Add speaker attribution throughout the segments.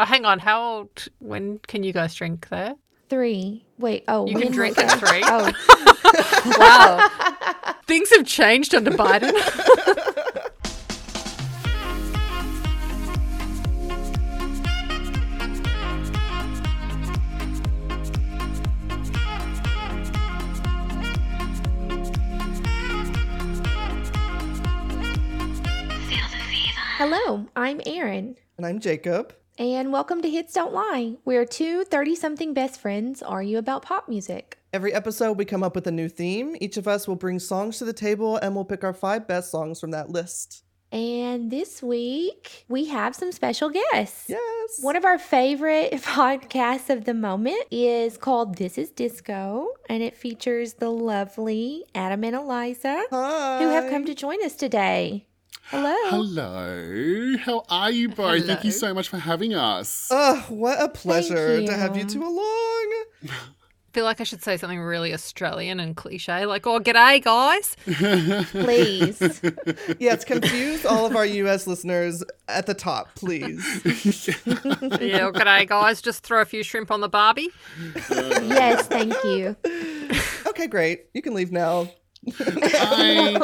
Speaker 1: Oh, hang on. How old? When can you guys drink there?
Speaker 2: Three. Wait. Oh,
Speaker 1: You can
Speaker 2: when
Speaker 1: drink
Speaker 2: was
Speaker 1: at
Speaker 2: it?
Speaker 1: three?
Speaker 2: Oh,
Speaker 1: Wow. Things have changed under Biden.
Speaker 2: hello. I'm Erin,
Speaker 3: And I'm Jacob.
Speaker 2: and welcome to Hits Don't Lie. We're two 30 something best friends argue about pop music.
Speaker 3: Every episode, we come up with a new theme. Each of us will bring songs to the table and we'll pick our five best songs from that list.
Speaker 2: And this week, we have some special guests.
Speaker 3: Yes.
Speaker 2: One of our favorite podcasts of the moment is called This is Disco, and it features the lovely Adam and Eliza,
Speaker 3: Hi.
Speaker 2: who have come to join us today. Hello.
Speaker 4: Hello. How are you both? Thank you
Speaker 1: Hello.
Speaker 4: so much for having us.
Speaker 3: Ugh, what a pleasure to have you
Speaker 2: you.
Speaker 3: two along.
Speaker 1: feel like I should say something really Australian and cliche, like, oh, g'day, guys.
Speaker 2: Please.
Speaker 3: Yes, confuse all of our US listeners at the top, please.
Speaker 1: yeah, oh, g'day, guys. Just throw a few shrimp on the Barbie.
Speaker 2: yes, thank you.
Speaker 3: Okay, great. You can leave now.
Speaker 4: Bye.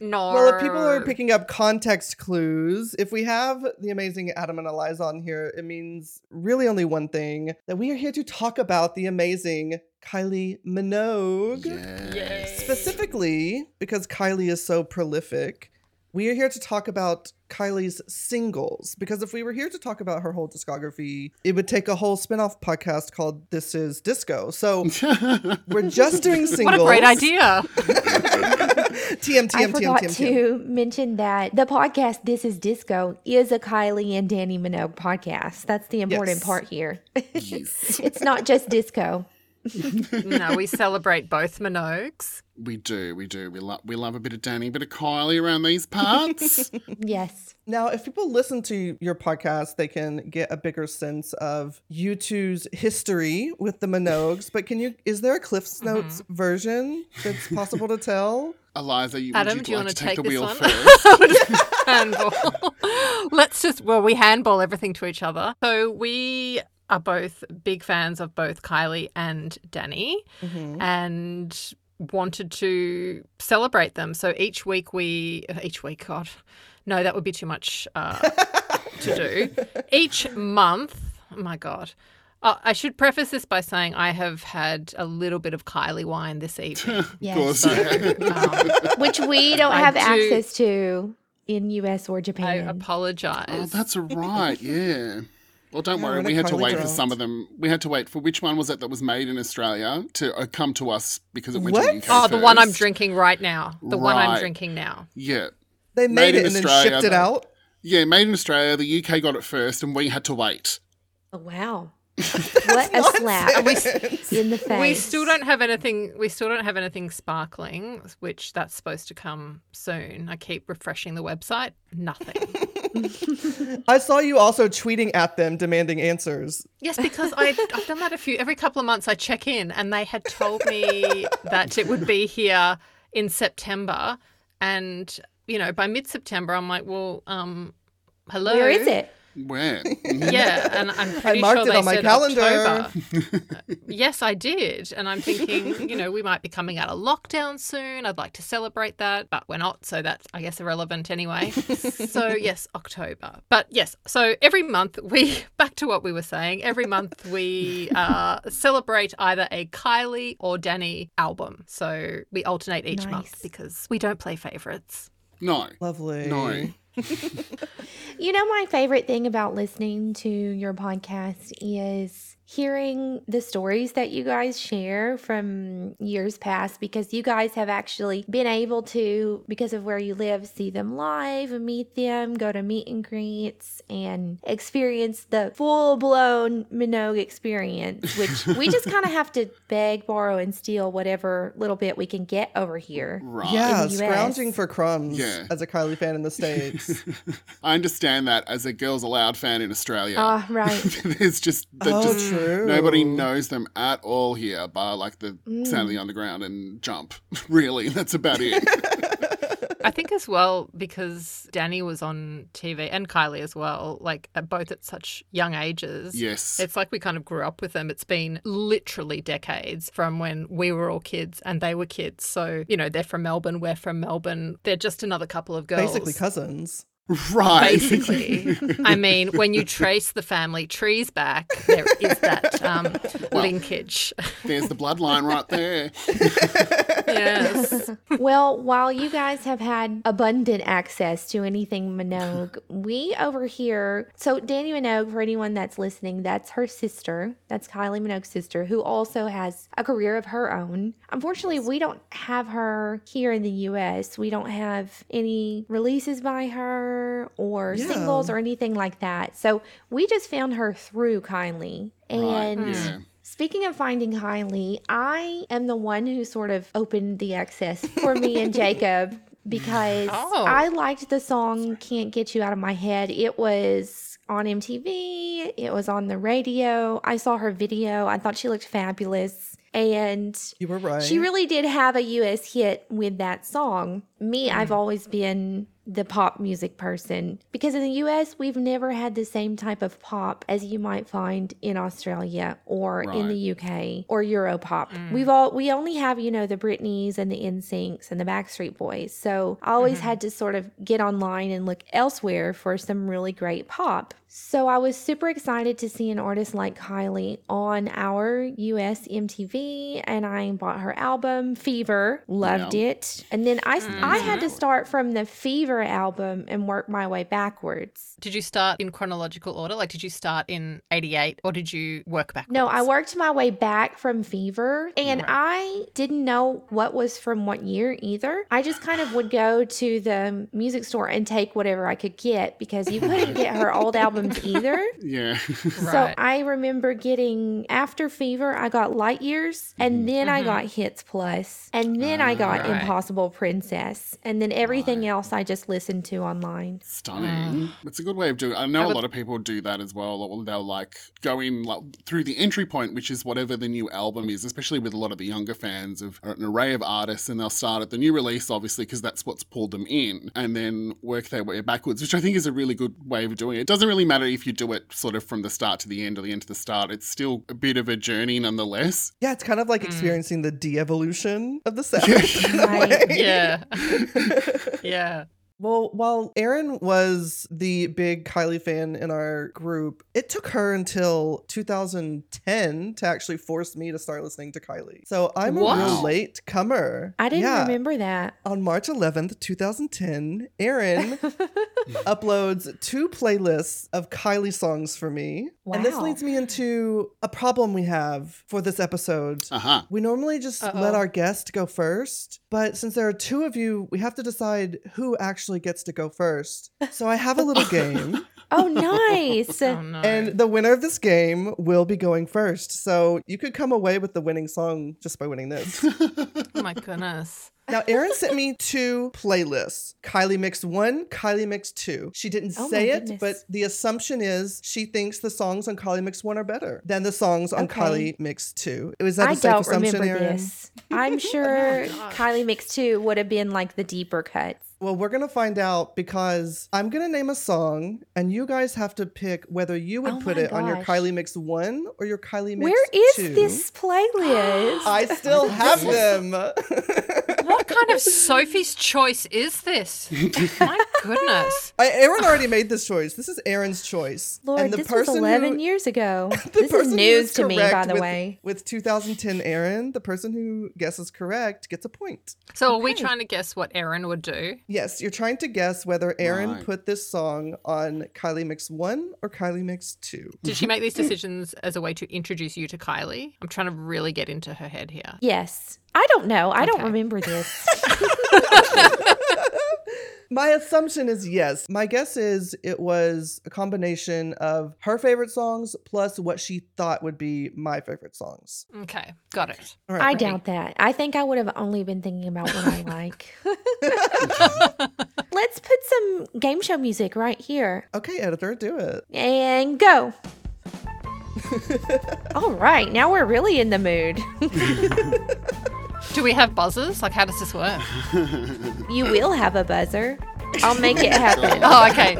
Speaker 1: No.
Speaker 3: Well, if people are picking up context clues, if we have the amazing Adam and Eliza on here, it means really only one thing that we are here to talk about the amazing Kylie Minogue.
Speaker 4: yes.
Speaker 3: Specifically, because Kylie is so prolific, we are here to talk about Kylie's singles. Because if we were here to talk about her whole discography, it would take a whole spin off podcast called This Is Disco. So we're just doing singles.
Speaker 1: What a great idea.
Speaker 3: TM, TM,
Speaker 2: I
Speaker 3: TM,
Speaker 2: forgot
Speaker 3: TM, TM.
Speaker 2: to mention that the podcast This is Disco is a Kylie and Danny Minogue podcast. That's the important
Speaker 3: Yes.
Speaker 2: part here.
Speaker 4: yes.
Speaker 2: it's not just disco.
Speaker 1: no, we celebrate both Minogues.
Speaker 4: We do, we do. We love we love a bit of Danny, a bit of Kylie around these parts.
Speaker 2: Yes.
Speaker 3: Now, if people listen to your podcast, they can get a bigger sense of you two's history with the Minogues. But can you? Is there a Cliff's
Speaker 2: Mm-hmm.
Speaker 3: Notes version that's possible to tell?
Speaker 4: Eliza, you,
Speaker 1: Adam,
Speaker 4: would
Speaker 1: do you
Speaker 4: you like
Speaker 1: want
Speaker 4: to
Speaker 1: to
Speaker 4: take,
Speaker 1: take, this
Speaker 4: the wheel
Speaker 1: one?
Speaker 4: first?
Speaker 1: handball. Let's just, well, we handball everything to each other. So we are both big fans of both Kylie and Danny. Mm-hmm.
Speaker 3: Mhm.
Speaker 1: and wanted to celebrate them. So each week we, each week, God, no, that would be too much uh, to do. Each month, oh my God. Uh, I should preface this by saying I have had a little bit of Kylie wine this evening.
Speaker 4: Of
Speaker 2: Yes.
Speaker 4: course.
Speaker 1: Um,
Speaker 2: Which we don't
Speaker 1: I
Speaker 2: have
Speaker 1: do-
Speaker 2: access to in US or
Speaker 1: I
Speaker 2: Japan.
Speaker 1: apologize.
Speaker 4: Oh, that's right. Yeah. Well, don't
Speaker 3: Yeah,
Speaker 4: worry.
Speaker 3: we're
Speaker 4: We
Speaker 3: not
Speaker 4: had to
Speaker 3: Kylie
Speaker 4: wait for
Speaker 3: girls.
Speaker 4: some of them. We had to wait for which one was it that was made in Australia to uh, come to us because it went
Speaker 3: What?
Speaker 4: to the UK
Speaker 1: Oh, the one I'm
Speaker 4: first.
Speaker 1: drinking right now. The one I'm
Speaker 4: Right.
Speaker 1: drinking now.
Speaker 4: Yeah.
Speaker 3: They made,
Speaker 4: Made
Speaker 3: it
Speaker 4: in
Speaker 3: and then
Speaker 4: Australia,
Speaker 3: shipped it
Speaker 4: though.
Speaker 3: out.
Speaker 4: Yeah, made in Australia. The UK got it first, and we had to wait.
Speaker 2: Oh, wow. what a slap
Speaker 3: Nonsense.
Speaker 2: in the face.
Speaker 1: We still don't have anything. We still don't have anything sparkling, which that's supposed to come soon. I keep refreshing the website. Nothing.
Speaker 3: I saw you also tweeting at them demanding answers.
Speaker 1: Yes, because I, I've done that a few. Every couple of months, I check in, and they had told me that it would be here in September, and you know, by mid-September, I'm like, well, um, hello,
Speaker 2: Where is it?
Speaker 4: Where?
Speaker 1: Yeah, and I'm pretty
Speaker 3: marked
Speaker 1: sure
Speaker 3: it
Speaker 1: they
Speaker 3: on my
Speaker 1: said
Speaker 3: calendar.
Speaker 1: October. Uh, yes, I did, and I'm thinking, you know, we might be coming out of lockdown soon. I'd like to celebrate that, but we're not, so that's I guess irrelevant anyway. so yes, October. But yes, so every month we back to what we were saying. Every month we uh, celebrate either a Kylie or Danny album. So we alternate each month
Speaker 2: Nice.
Speaker 1: because we don't play favorites.
Speaker 4: No.
Speaker 3: Lovely.
Speaker 4: No.
Speaker 2: You know, my favorite thing about listening to your podcast is hearing the stories that you guys share from years past because you guys have actually been able to, because of where you live, see them live, meet them, go to meet and greets, and experience the full blown Minogue experience, which we just kind of have to beg, borrow, and steal whatever little bit we can get over here.
Speaker 4: Right.
Speaker 3: Yeah,
Speaker 2: In the US.
Speaker 3: scrounging for crumbs
Speaker 4: Yeah.
Speaker 3: as a Kylie fan in the States.
Speaker 4: I understand that as a Girls Aloud fan in Australia.
Speaker 2: Ah, right.
Speaker 4: There's just, they're
Speaker 3: oh,
Speaker 4: just
Speaker 3: true.
Speaker 4: nobody knows them at all
Speaker 2: Mm.
Speaker 4: here, bar like the sound of the underground and jump. really, that's about it.
Speaker 1: I think as well because Danny was on TV and Kylie as well, like at both at such young ages.
Speaker 4: Yes.
Speaker 1: It's like we kind of grew up with them. It's been literally decades from when we were all kids and they were kids. So, you know, they're from Melbourne, we're from Melbourne. They're just another couple of girls.
Speaker 3: Basically cousins.
Speaker 4: right.
Speaker 1: Basically, I mean, when you trace the family trees back, there is that um,
Speaker 4: Well-
Speaker 1: linkage.
Speaker 4: There's the bloodline right there.
Speaker 1: yes.
Speaker 2: well, while you guys have had abundant access to anything Minogue, we over here. So, Danny Minogue, for anyone that's listening, that's her sister. That's Kylie Minogue's sister, who also has a career of her own. Unfortunately, we don't have her here in the US. We don't have any releases by her or
Speaker 3: Yeah.
Speaker 2: singles or anything like that. So, we just found her through Kylie. And.
Speaker 4: right. Yeah.
Speaker 2: Speaking of finding Kylie, I am the one who sort of opened the access for me and Jacob because
Speaker 1: Oh.
Speaker 2: I liked the song Can't Get You Out of My Head. It was on MTV, it was on the radio. I saw her video, I thought she looked fabulous. And
Speaker 3: You were right.
Speaker 2: she really did have a US hit with that song. Me, I've always been the pop music person because in the US, we've never had the same type of pop as you might find in Australia or in the UK or Europop. We've all we only have, you know, the Britneys and the NSYNCs and the Backstreet Boys. So I always had to sort of get online and look elsewhere for some really great pop. So I was super excited to see an artist like Kylie on our US MTV and I bought her album Fever, loved
Speaker 4: Yeah.
Speaker 2: it. And then I I had to
Speaker 4: Mhm.
Speaker 2: start from the Fever album and work my way backwards.
Speaker 1: Did you start in chronological order? Like, did you start in 88 or did you work backwards?
Speaker 2: No, I worked my way back from fever and
Speaker 1: Right.
Speaker 2: I didn't know what was from what year either. I just kind of would go to the music store and take whatever I could get because you couldn't get her old albums either.
Speaker 4: Yeah.
Speaker 2: So
Speaker 1: Right.
Speaker 2: I remember getting after Fever, I got Light Years, and then I
Speaker 1: Mhm.
Speaker 2: got Hits Plus, and then I got
Speaker 1: Right.
Speaker 2: Impossible Princess, and then everything else I just listened to online.
Speaker 4: Stunning. It's a good way of doing. I know
Speaker 1: I
Speaker 4: a
Speaker 1: would-
Speaker 4: lot of people do that as well. or They'll like go in like, through the entry point, which is whatever the new album is, especially with a lot of the younger fans of an array of artists, and they'll start at the new release, obviously, because that's what's pulled them in, and then work their way backwards, which I think is a really good way of doing it. It doesn't really matter if you do it sort of from the start to the end or the end to the start. It's still a bit of a journey nonetheless.
Speaker 3: yeah, it's kind of like
Speaker 1: Mm.
Speaker 3: experiencing the de-evolution of the South.
Speaker 4: Yeah.
Speaker 3: in a
Speaker 2: Right.
Speaker 3: way.
Speaker 1: yeah. yeah.
Speaker 3: Well, while Erin was the big Kylie fan in our group, it took her until 2010 to actually force me to start listening to Kylie. So I'm a real
Speaker 1: Wow.
Speaker 3: late comer.
Speaker 2: I didn't
Speaker 3: Yeah.
Speaker 2: remember that.
Speaker 3: On March 11th, 2010, Erin uploads two playlists of Kylie songs for me. And this
Speaker 2: Wow.
Speaker 3: leads me into a problem we have for this episode.
Speaker 4: Uh huh.
Speaker 3: We normally just let
Speaker 1: Uh-oh.
Speaker 3: our guest go first, but since there are two of you, we have to decide who actually gets to go first. So I have a little game,
Speaker 2: Oh, nice.
Speaker 1: Oh, no.
Speaker 3: and the winner of this game will be going first. So you could come away with the winning song just by winning this.
Speaker 1: oh my goodness.
Speaker 3: now, Erin sent me two playlists Kylie Mix 1, Kylie Mix 2. She didn't
Speaker 2: Oh my
Speaker 3: say it,
Speaker 2: goodness.
Speaker 3: but the assumption is she thinks the songs on Kylie Mix 1 are better than the songs on
Speaker 2: Okay.
Speaker 3: Kylie Mix 2. Is that a
Speaker 2: I
Speaker 3: safe
Speaker 2: don't
Speaker 3: assumption,
Speaker 2: remember
Speaker 3: Erin?
Speaker 2: this. I'm sure
Speaker 1: gosh.
Speaker 2: Kylie Mix 2 would have been like the deeper cuts.
Speaker 3: Well, we're going to find out because I'm going to name a song and you guys have to pick whether you would
Speaker 2: Oh
Speaker 3: put
Speaker 2: my
Speaker 3: it on your
Speaker 2: gosh.
Speaker 3: Kylie Mix 1 or your Kylie Mix
Speaker 2: Where is
Speaker 3: 2.
Speaker 2: this playlist?
Speaker 3: I still have them.
Speaker 1: What kind of Sophie's choice is this? my goodness.
Speaker 3: I, Aaron already made this choice. This is Aaron's choice.
Speaker 2: Lord,
Speaker 3: and the
Speaker 2: this was
Speaker 3: person
Speaker 2: 11
Speaker 3: who,
Speaker 2: years ago.
Speaker 3: the
Speaker 2: This is
Speaker 3: person who
Speaker 2: news to me, by
Speaker 3: correct
Speaker 2: the
Speaker 3: with-
Speaker 2: way.
Speaker 3: With 2010 Aaron, the person who guesses correct gets a point.
Speaker 1: So, are we trying to guess what Erin would do?
Speaker 3: Yes, you're trying to guess whether Aaron
Speaker 4: Right.
Speaker 3: put this song on Kylie Mix 1 or Kylie Mix 2.
Speaker 1: Did she make these decisions as a way to introduce you to Kylie? I'm trying to really get into her head here.
Speaker 2: Yes. I don't know. I don't
Speaker 1: Okay.
Speaker 2: remember this.
Speaker 3: My assumption is yes. My guess is it was a combination of her favorite songs plus what she thought would be my favorite songs.
Speaker 1: Okay, got it.
Speaker 3: All
Speaker 2: I
Speaker 3: right.
Speaker 2: doubt that. I think I would have only been thinking about what I like. Let's put some game show music right here
Speaker 3: Okay, editor, do it.
Speaker 2: and go. All right, now we're really in the mood.
Speaker 1: Do we have buzzers? Like, how does this work?
Speaker 2: You will have a buzzer. I'll make it happen.
Speaker 1: Oh, okay.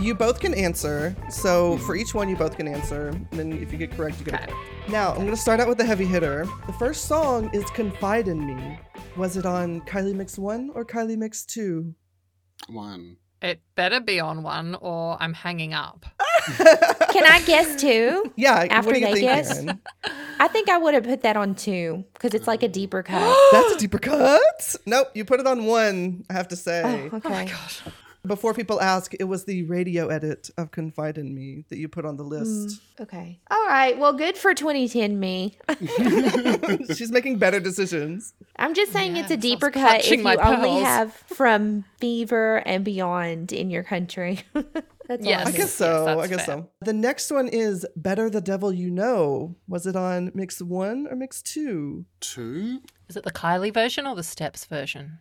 Speaker 3: You both can answer. So for each one, you both can answer. And then if you get correct, you get a
Speaker 1: Okay.
Speaker 3: point. Now, I'm going to start out with the heavy hitter. The first song is Confide in Me. Was it on Kylie Mix 1 or Kylie Mix 2?
Speaker 4: One.
Speaker 1: It better be on one, or I'm hanging up.
Speaker 2: Can I guess two?
Speaker 3: Yeah,
Speaker 2: After
Speaker 3: what do you
Speaker 2: they
Speaker 3: think,
Speaker 2: guess?
Speaker 3: Aaron?
Speaker 2: I think I would have put that on two because it's like a deeper cut.
Speaker 1: Oh
Speaker 3: That's a deeper cut. Nope, you put it on one, I have to say.
Speaker 2: Oh,
Speaker 1: Oh
Speaker 2: okay.
Speaker 1: my god.
Speaker 3: Before people ask, it was the radio edit of Confide in Me that you put on the list.
Speaker 2: Okay. All right. Well, good for 2010 me.
Speaker 1: Mm.
Speaker 3: She's making better decisions.
Speaker 2: I'm just saying it's
Speaker 1: Yes,
Speaker 2: a
Speaker 1: I was
Speaker 2: deeper cut if
Speaker 1: clutching
Speaker 2: you
Speaker 1: my
Speaker 2: only
Speaker 1: pearls.
Speaker 2: have from Beaver and beyond in your country. That's
Speaker 1: Yes.
Speaker 2: all.
Speaker 3: I guess
Speaker 1: Yes,
Speaker 3: so. I
Speaker 1: that's
Speaker 3: guess
Speaker 1: fair.
Speaker 3: so. The next one is Better the Devil You Know. Was it on mix one or mix two?
Speaker 4: Two?
Speaker 1: Is it the Kylie version or the Steps version?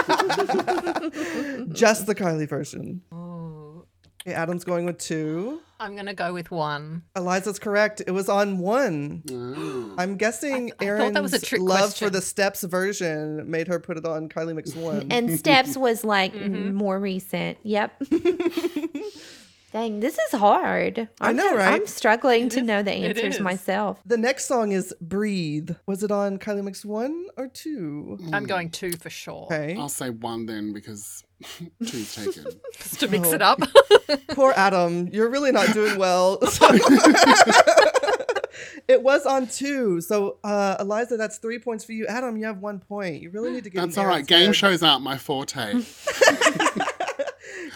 Speaker 1: Mm-hmm.
Speaker 3: Just the Kylie version.
Speaker 1: Ooh.
Speaker 3: Okay, Adam's going with two.
Speaker 1: I'm gonna go with one.
Speaker 3: Eliza's correct. It was on one.
Speaker 4: Oh.
Speaker 3: I'm guessing
Speaker 1: I
Speaker 3: Aaron's
Speaker 1: thought that was a trick
Speaker 3: love for
Speaker 1: question.
Speaker 3: the steps version made her put it on Kylie Mix one.
Speaker 2: And Steps was like
Speaker 1: Mm-hmm.
Speaker 2: more recent. Yep. Dang, this is hard.
Speaker 3: I
Speaker 2: I'm
Speaker 3: know,
Speaker 2: not-
Speaker 3: right?
Speaker 2: I'm struggling to
Speaker 1: is.
Speaker 2: know the
Speaker 1: It
Speaker 2: answers
Speaker 1: is.
Speaker 2: myself.
Speaker 3: the next song is Breathe. Was it on Kylie Mix one or two?
Speaker 1: I'm going two for sure.
Speaker 3: Okay.
Speaker 4: I'll say one then because two's taken.
Speaker 1: Just to mix it up.
Speaker 3: Poor Adam, you're really not doing well. So- it was on two. So, uh, Eliza, that's three points for you. Adam, you have one point. You really need to get
Speaker 4: That's
Speaker 3: in
Speaker 4: all right.
Speaker 3: Aaron's
Speaker 4: Game
Speaker 3: head.
Speaker 4: shows aren't my forte.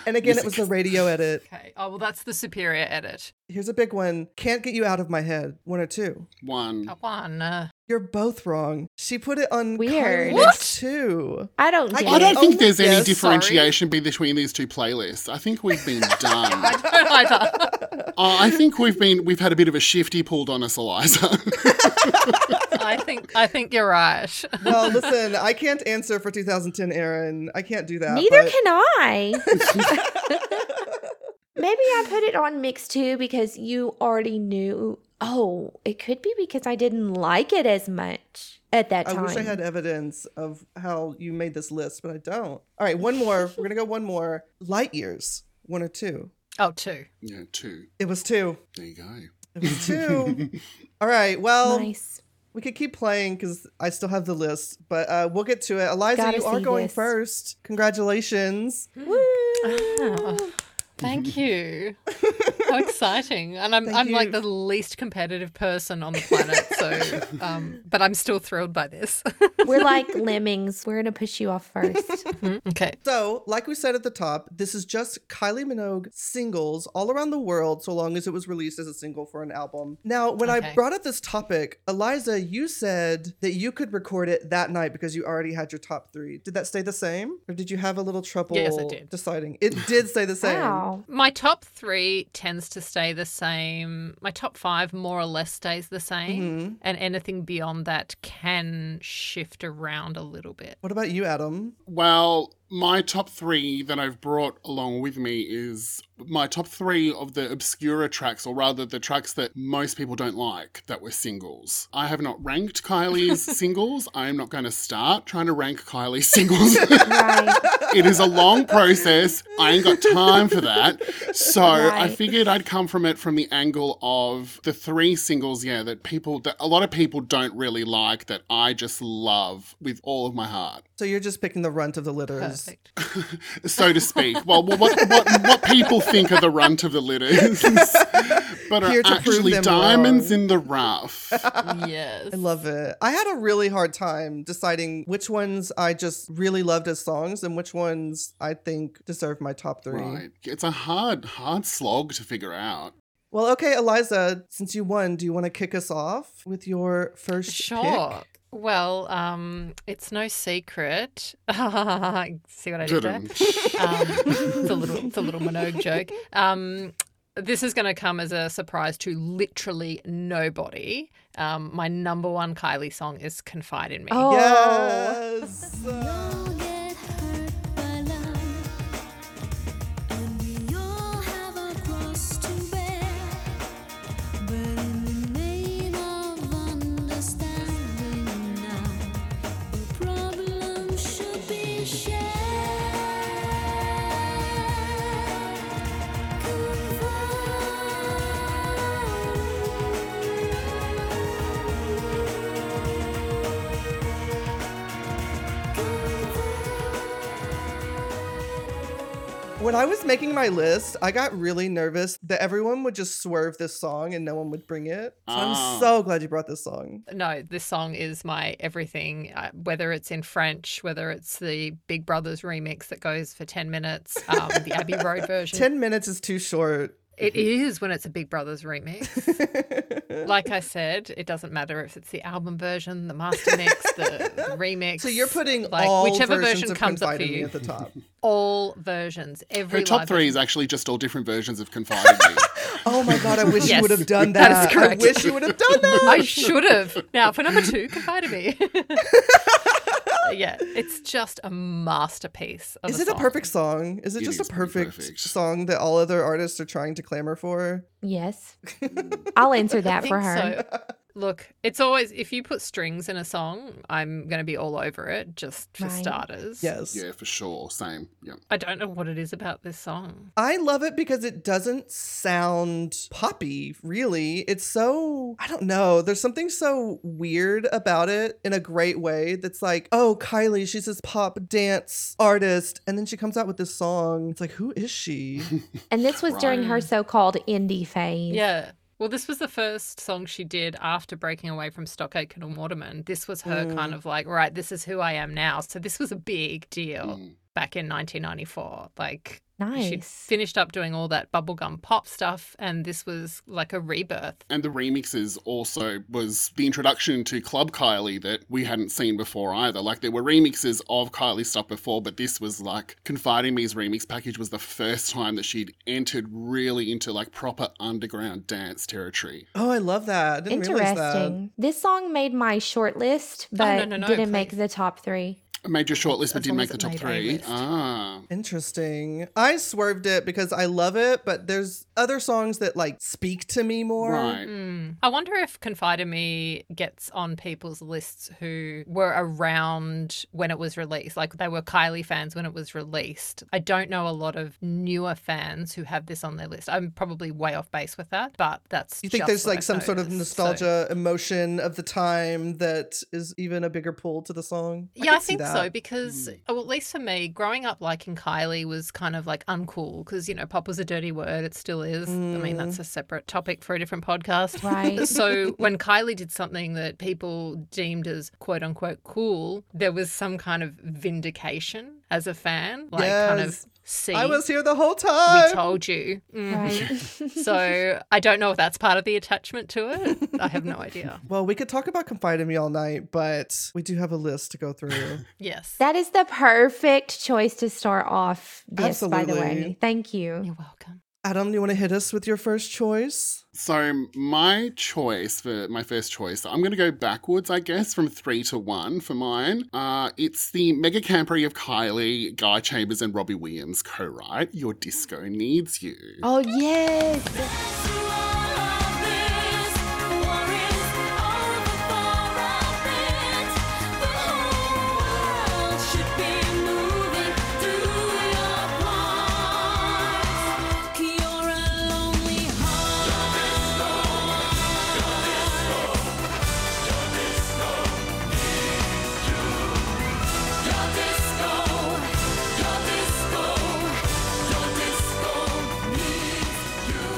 Speaker 3: And again, it was the radio edit.
Speaker 1: okay. Oh well, that's the superior edit.
Speaker 3: Here's a big one. Can't get you out of my head. One or two. Mm.
Speaker 4: One.
Speaker 1: A One. Uh,
Speaker 3: You're both wrong. She put it on
Speaker 2: Weird.
Speaker 3: Kylie
Speaker 1: What?
Speaker 3: Mix two.
Speaker 2: I don't
Speaker 3: I
Speaker 2: get
Speaker 4: I don't
Speaker 2: it.
Speaker 3: Oh,
Speaker 4: think there's any
Speaker 3: yes,
Speaker 4: differentiation be- between these two playlists. I think we've been
Speaker 1: I
Speaker 4: done.
Speaker 1: don't either.
Speaker 4: Uh, I think we've been we've had a bit of a shifty pulled on us, Eliza.
Speaker 1: I think I think you're right.
Speaker 3: Well, listen, I can't answer for 2010, Aaron. I can't do that.
Speaker 2: Neither
Speaker 3: but-
Speaker 2: can I. Maybe I put it on mix two because you already knew. Oh, it could be because I didn't like it as much at that
Speaker 3: I
Speaker 2: time.
Speaker 3: wish I had evidence of how you made this list, but I don't. All right, one more. We're gonna go one more. Light years, one or two.
Speaker 1: Oh, two.
Speaker 4: yeah, two.
Speaker 3: It was two.
Speaker 4: There you go.
Speaker 3: It was two. All right. Well,
Speaker 2: nice.
Speaker 3: we could keep playing because I still have the list, but uh, we'll get to it. Eliza,
Speaker 2: Gotta
Speaker 3: you are
Speaker 2: see
Speaker 3: going
Speaker 2: this.
Speaker 3: first. Congratulations.
Speaker 1: Oh, thank you. How exciting! And I'm
Speaker 3: Thank
Speaker 1: I'm like
Speaker 3: you.
Speaker 1: the least competitive person on the planet, so um, but I'm still thrilled by this.
Speaker 2: We're like lemmings. We're gonna push you off first.
Speaker 3: Mm-hmm.
Speaker 1: okay.
Speaker 3: So, like we said at the top, this is just Kylie Minogue singles all around the world, so long as it was released as a single for an album. Now, when I
Speaker 1: Okay.
Speaker 3: brought up this topic, Eliza, you said that you could record it that night because you already had your top three. Did that stay the same? Or did you have a little trouble
Speaker 1: Yes, it did.
Speaker 3: deciding? It did stay the same.
Speaker 2: wow.
Speaker 1: My top three tends to stay the same. My top five more or less stays the same.
Speaker 3: Mhm.
Speaker 1: And anything beyond that can shift around a little bit.
Speaker 3: What about you, Adam?
Speaker 4: Well, my top three that I've brought along with me is my top three of the obscura tracks, or rather the tracks that most people don't like that were singles. I have not ranked Kylie's singles. I am not going to start trying to rank Kylie's singles.
Speaker 2: Right.
Speaker 4: it is a long process. I ain't got time for that. So I
Speaker 2: Right.
Speaker 4: figured I'd come from it from the angle of the three singles, yeah, that people, that a lot of people don't really like, that I just love with all of my heart
Speaker 3: So, you're just picking the runt of the litters.
Speaker 1: Perfect.
Speaker 4: so to speak. Well, what, what, what, what people think are the runt of the litters, but
Speaker 3: Here
Speaker 4: are
Speaker 3: to prove
Speaker 4: actually
Speaker 3: them
Speaker 4: diamonds
Speaker 3: wrong.
Speaker 4: in the rough.
Speaker 1: yes.
Speaker 3: I love it. I had a really hard time deciding which ones I just really loved as songs and which ones I think deserve my top three.
Speaker 4: Right. It's a hard, hard slog to figure out.
Speaker 3: Well, okay, Eliza, since you won, do you want to kick us off with your first
Speaker 1: Sure. Well, um, it's no secret. See what I did there?
Speaker 4: Didn't.
Speaker 1: Um, it's a little, it's a little Minogue joke. Um, this is going to come as a surprise to literally nobody. Um, my number one Kylie song is "Confide in Me."
Speaker 2: Oh.
Speaker 3: pick? Yes.
Speaker 1: Oh.
Speaker 5: all get hurt by love, and we all have our cross to bear. But in the name of an
Speaker 3: When I was making my list, I got really nervous that everyone would just swerve this song and no one would bring it. So
Speaker 4: Ah.
Speaker 3: I'm so glad you brought this song.
Speaker 1: No, this song is my everything, uh, whether it's in French, whether it's the Big Brothers remix that goes for 10 minutes, um, the Abbey Road version.
Speaker 3: 10 minutes is too short.
Speaker 1: It
Speaker 3: Mm-hmm.
Speaker 1: is when it's a Big Brothers remix. Like I said, it doesn't matter if it's the album version, the master mix, the, the remix.
Speaker 3: so you're putting
Speaker 1: like,
Speaker 3: all
Speaker 1: whichever
Speaker 3: versions
Speaker 1: version
Speaker 3: of
Speaker 1: comes up
Speaker 3: Confide
Speaker 1: for
Speaker 3: in Me
Speaker 1: you.
Speaker 3: at the top.
Speaker 1: All versions, every
Speaker 4: Her top
Speaker 1: live
Speaker 4: three is actually just all different versions of Confide in Me.
Speaker 3: Oh my god, I wish
Speaker 1: Yes,
Speaker 3: you would have done
Speaker 1: that
Speaker 3: that.
Speaker 1: is correct.
Speaker 3: I wish you would have done that.
Speaker 1: I should have. Now for number two, confide in me. yeah, it's just a masterpiece. Of
Speaker 3: Is it a
Speaker 1: song.
Speaker 3: perfect song? Is it,
Speaker 4: It
Speaker 3: just
Speaker 4: is
Speaker 3: a
Speaker 4: pretty
Speaker 3: perfect,
Speaker 4: perfect.
Speaker 3: song that all other artists are trying to clamor for?
Speaker 2: Yes. I'll answer that for her.
Speaker 1: So. Look, it's always if you put strings in a song, I'm going to be all over it. Just for
Speaker 2: Right.
Speaker 1: starters.
Speaker 3: Yes.
Speaker 4: Yeah, for sure. Same. Yeah.
Speaker 1: I don't know what it is about this song.
Speaker 3: I love it because it doesn't sound poppy, really. It's so, I don't know. There's something so weird about it in a great way that's like, oh, Kylie, she's this pop dance artist. And then she comes out with this song. It's like, who is she?
Speaker 2: And this was during her
Speaker 1: Right.
Speaker 2: so called indie phase.
Speaker 1: Yeah. Well, this was the first song she did after breaking away from Stock Aitken and Waterman. This was her
Speaker 3: Mm.
Speaker 1: kind of like, right, this is who I am now. So this was a big deal
Speaker 4: Mm.
Speaker 1: back in 1994. Like, She
Speaker 2: Nice.
Speaker 1: finished up doing all that bubblegum pop stuff, and this was like a rebirth.
Speaker 4: And the remixes also was the introduction to Club Kylie that we hadn't seen before either. Like there were remixes of Kylie stuff before, but this was like Confiding Me's remix package was the first time that she'd entered really into like proper underground dance territory.
Speaker 3: oh, I love that. I didn't realize that. Oh,
Speaker 2: Interesting. This song made my short list, but
Speaker 1: no, no, no,
Speaker 2: didn't make
Speaker 1: please.
Speaker 2: the top three.
Speaker 4: I made your shortlist but
Speaker 1: As
Speaker 4: didn't
Speaker 1: long as
Speaker 4: make the
Speaker 1: it
Speaker 4: top
Speaker 1: made
Speaker 4: three.
Speaker 1: A-list.
Speaker 4: Ah.
Speaker 3: Interesting. I swerved it because I love it, but there's other songs that like speak to me more.
Speaker 4: Right.
Speaker 1: Mm. I wonder if Confide in Me gets on people's lists who were around when it was released. Like they were Kylie fans when it was released. I don't know a lot of newer fans who have this on their list. I'm probably way off base with that, but that's.
Speaker 3: You think
Speaker 1: just
Speaker 3: there's
Speaker 1: what
Speaker 3: like
Speaker 1: I've
Speaker 3: some sort of
Speaker 1: noticed, so-
Speaker 3: nostalgia emotion of the time that is even a bigger pull to the song?
Speaker 1: Yeah, I,
Speaker 3: can see
Speaker 1: think
Speaker 3: that. Hmm.
Speaker 1: so because, well, at least for me, growing up liking Kylie was kind of like uncool because you know pop was a dirty word. It still is. I mean,
Speaker 3: Hmm.
Speaker 1: that's a separate topic for a different podcast.
Speaker 2: Right.
Speaker 1: so when Kylie did something that people deemed as quote unquote cool, there was some kind of vindication as a fan, like kind of
Speaker 3: Yes.
Speaker 1: see,
Speaker 3: I was here the
Speaker 1: we
Speaker 3: whole time.
Speaker 1: told you. Mm.
Speaker 2: Right.
Speaker 1: So I don't know if that's part of the attachment to it. I have no idea.
Speaker 3: well, we could talk about Confide in Me all night, but we do have a list to go through.
Speaker 1: Yes.
Speaker 2: that is the perfect choice to start off this, by the way.
Speaker 3: Absolutely.
Speaker 2: Thank you.
Speaker 1: You're welcome.
Speaker 3: Adam, you want to hit us with your first choice?
Speaker 4: So my choice for my first choice, I'm going to go backwards, I guess, from three to one for mine. Uh, it's the Mega Campery of Kylie, Guy Chambers, and Robbie Williams co-write. Your disco needs you.
Speaker 2: Oh, yes.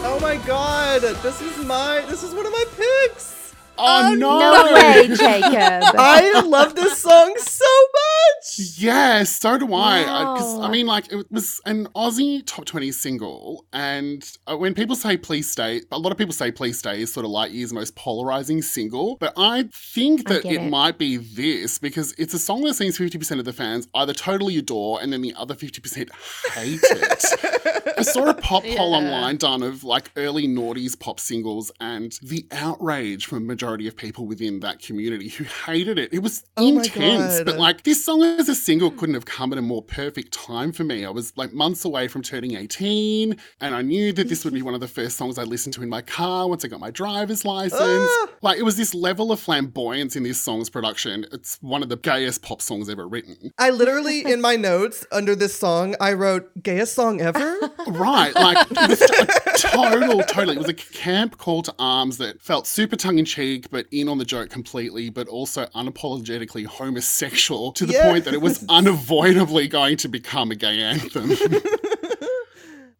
Speaker 3: Oh my god, this is my this is one of my picks.
Speaker 4: Oh,
Speaker 2: No way, Jacob.
Speaker 3: I love this song so much.
Speaker 4: Yeah, so do I. I, 'cause, I
Speaker 2: Wow.
Speaker 4: mean, like, it was an Aussie top 20 single. And uh, when people say Please Stay, a lot of people say Please Stay is sort of Lightyear's most polarizing single. But I think
Speaker 2: I
Speaker 4: that
Speaker 2: get
Speaker 4: it,
Speaker 2: it.
Speaker 4: might be this because it's a song that seems 50% of the fans either totally adore and then the other 50% hate it. I saw a pop poll
Speaker 1: Yeah.
Speaker 4: online done of like early noughties pop singles and the outrage from a majority of people within that community who hated it. It was
Speaker 3: Oh my
Speaker 4: intense,
Speaker 3: God.
Speaker 4: but like, like this song as a single couldn't have come at a more perfect time for me. I was like months away from turning 18, and I knew that this would be one of the first songs I listened to in my car once I got my driver's license.
Speaker 3: Ah.
Speaker 4: like it was this level of flamboyance in this song's production. It's one of the gayest pop songs ever written.
Speaker 3: I literally in my notes under this song I wrote gayest song ever.
Speaker 4: Right, like it was a total, totally. It was a camp call to arms that felt super tongue in cheek, but in on the joke completely, but also unapologetically homosexual to the
Speaker 3: Yes.
Speaker 4: point that it was unavoidably going to become a gay anthem.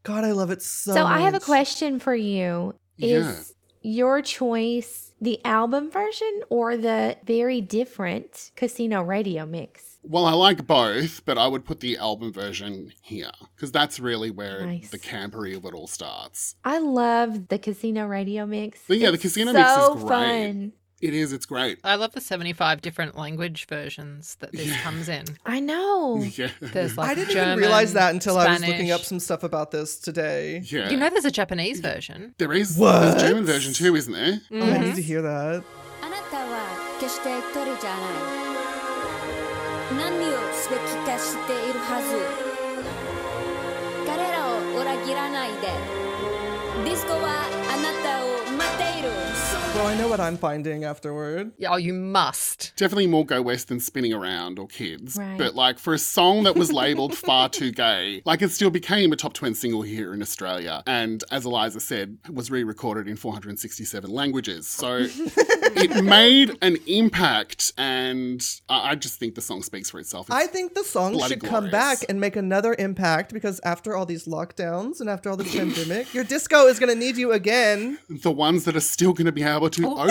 Speaker 3: God, I love it so.
Speaker 2: So I have a
Speaker 3: much.
Speaker 2: question for you. Is
Speaker 4: Yeah.
Speaker 2: your choice the album version or the very different casino radio mix?
Speaker 4: Well, I like both, but I would put the album version here because that's really where
Speaker 2: Nice.
Speaker 4: the campery of it all starts.
Speaker 2: I love the casino radio mix.
Speaker 4: But yeah, the
Speaker 2: It's
Speaker 4: casino mix is
Speaker 2: so
Speaker 4: great.
Speaker 2: fun.
Speaker 4: It is, it's great.
Speaker 1: I love the 75 different language versions that this
Speaker 4: Yeah.
Speaker 1: comes in.
Speaker 2: I know.
Speaker 4: Yeah.
Speaker 1: Oh, There's like
Speaker 3: I didn't
Speaker 1: German,
Speaker 3: even realize that until I was looking
Speaker 1: Spanish.
Speaker 3: up some stuff about this today.
Speaker 4: yeah.
Speaker 1: You know, there's a Japanese version. Mm-hmm.
Speaker 4: there is
Speaker 3: What?
Speaker 4: there's a German version too, isn't there?
Speaker 3: Oh,
Speaker 2: Mm-hmm.
Speaker 3: I need to hear that.
Speaker 5: あなたは決して一人じゃない何をすべきか知っているはず彼らを裏切らないでディスコはあなたを待っている
Speaker 3: Well, I know what I'm finding afterward.
Speaker 1: Yeah, Oh, you must.
Speaker 4: Definitely more Go West than Spinning Around or Kids.
Speaker 2: Right.
Speaker 4: But like for a song that was labeled far too gay, like it still became a top 10 single here in Australia. And as Eliza said, was re recorded in 467 languages. So it made an impact. And I I just think the song speaks for itself. It's-
Speaker 3: I think the song
Speaker 4: Bloody
Speaker 3: should come
Speaker 4: glorious.
Speaker 3: back and make another impact because after all these lockdowns and after all this pandemic, your disco is going to need you again.
Speaker 4: the ones that are still going to be able to open.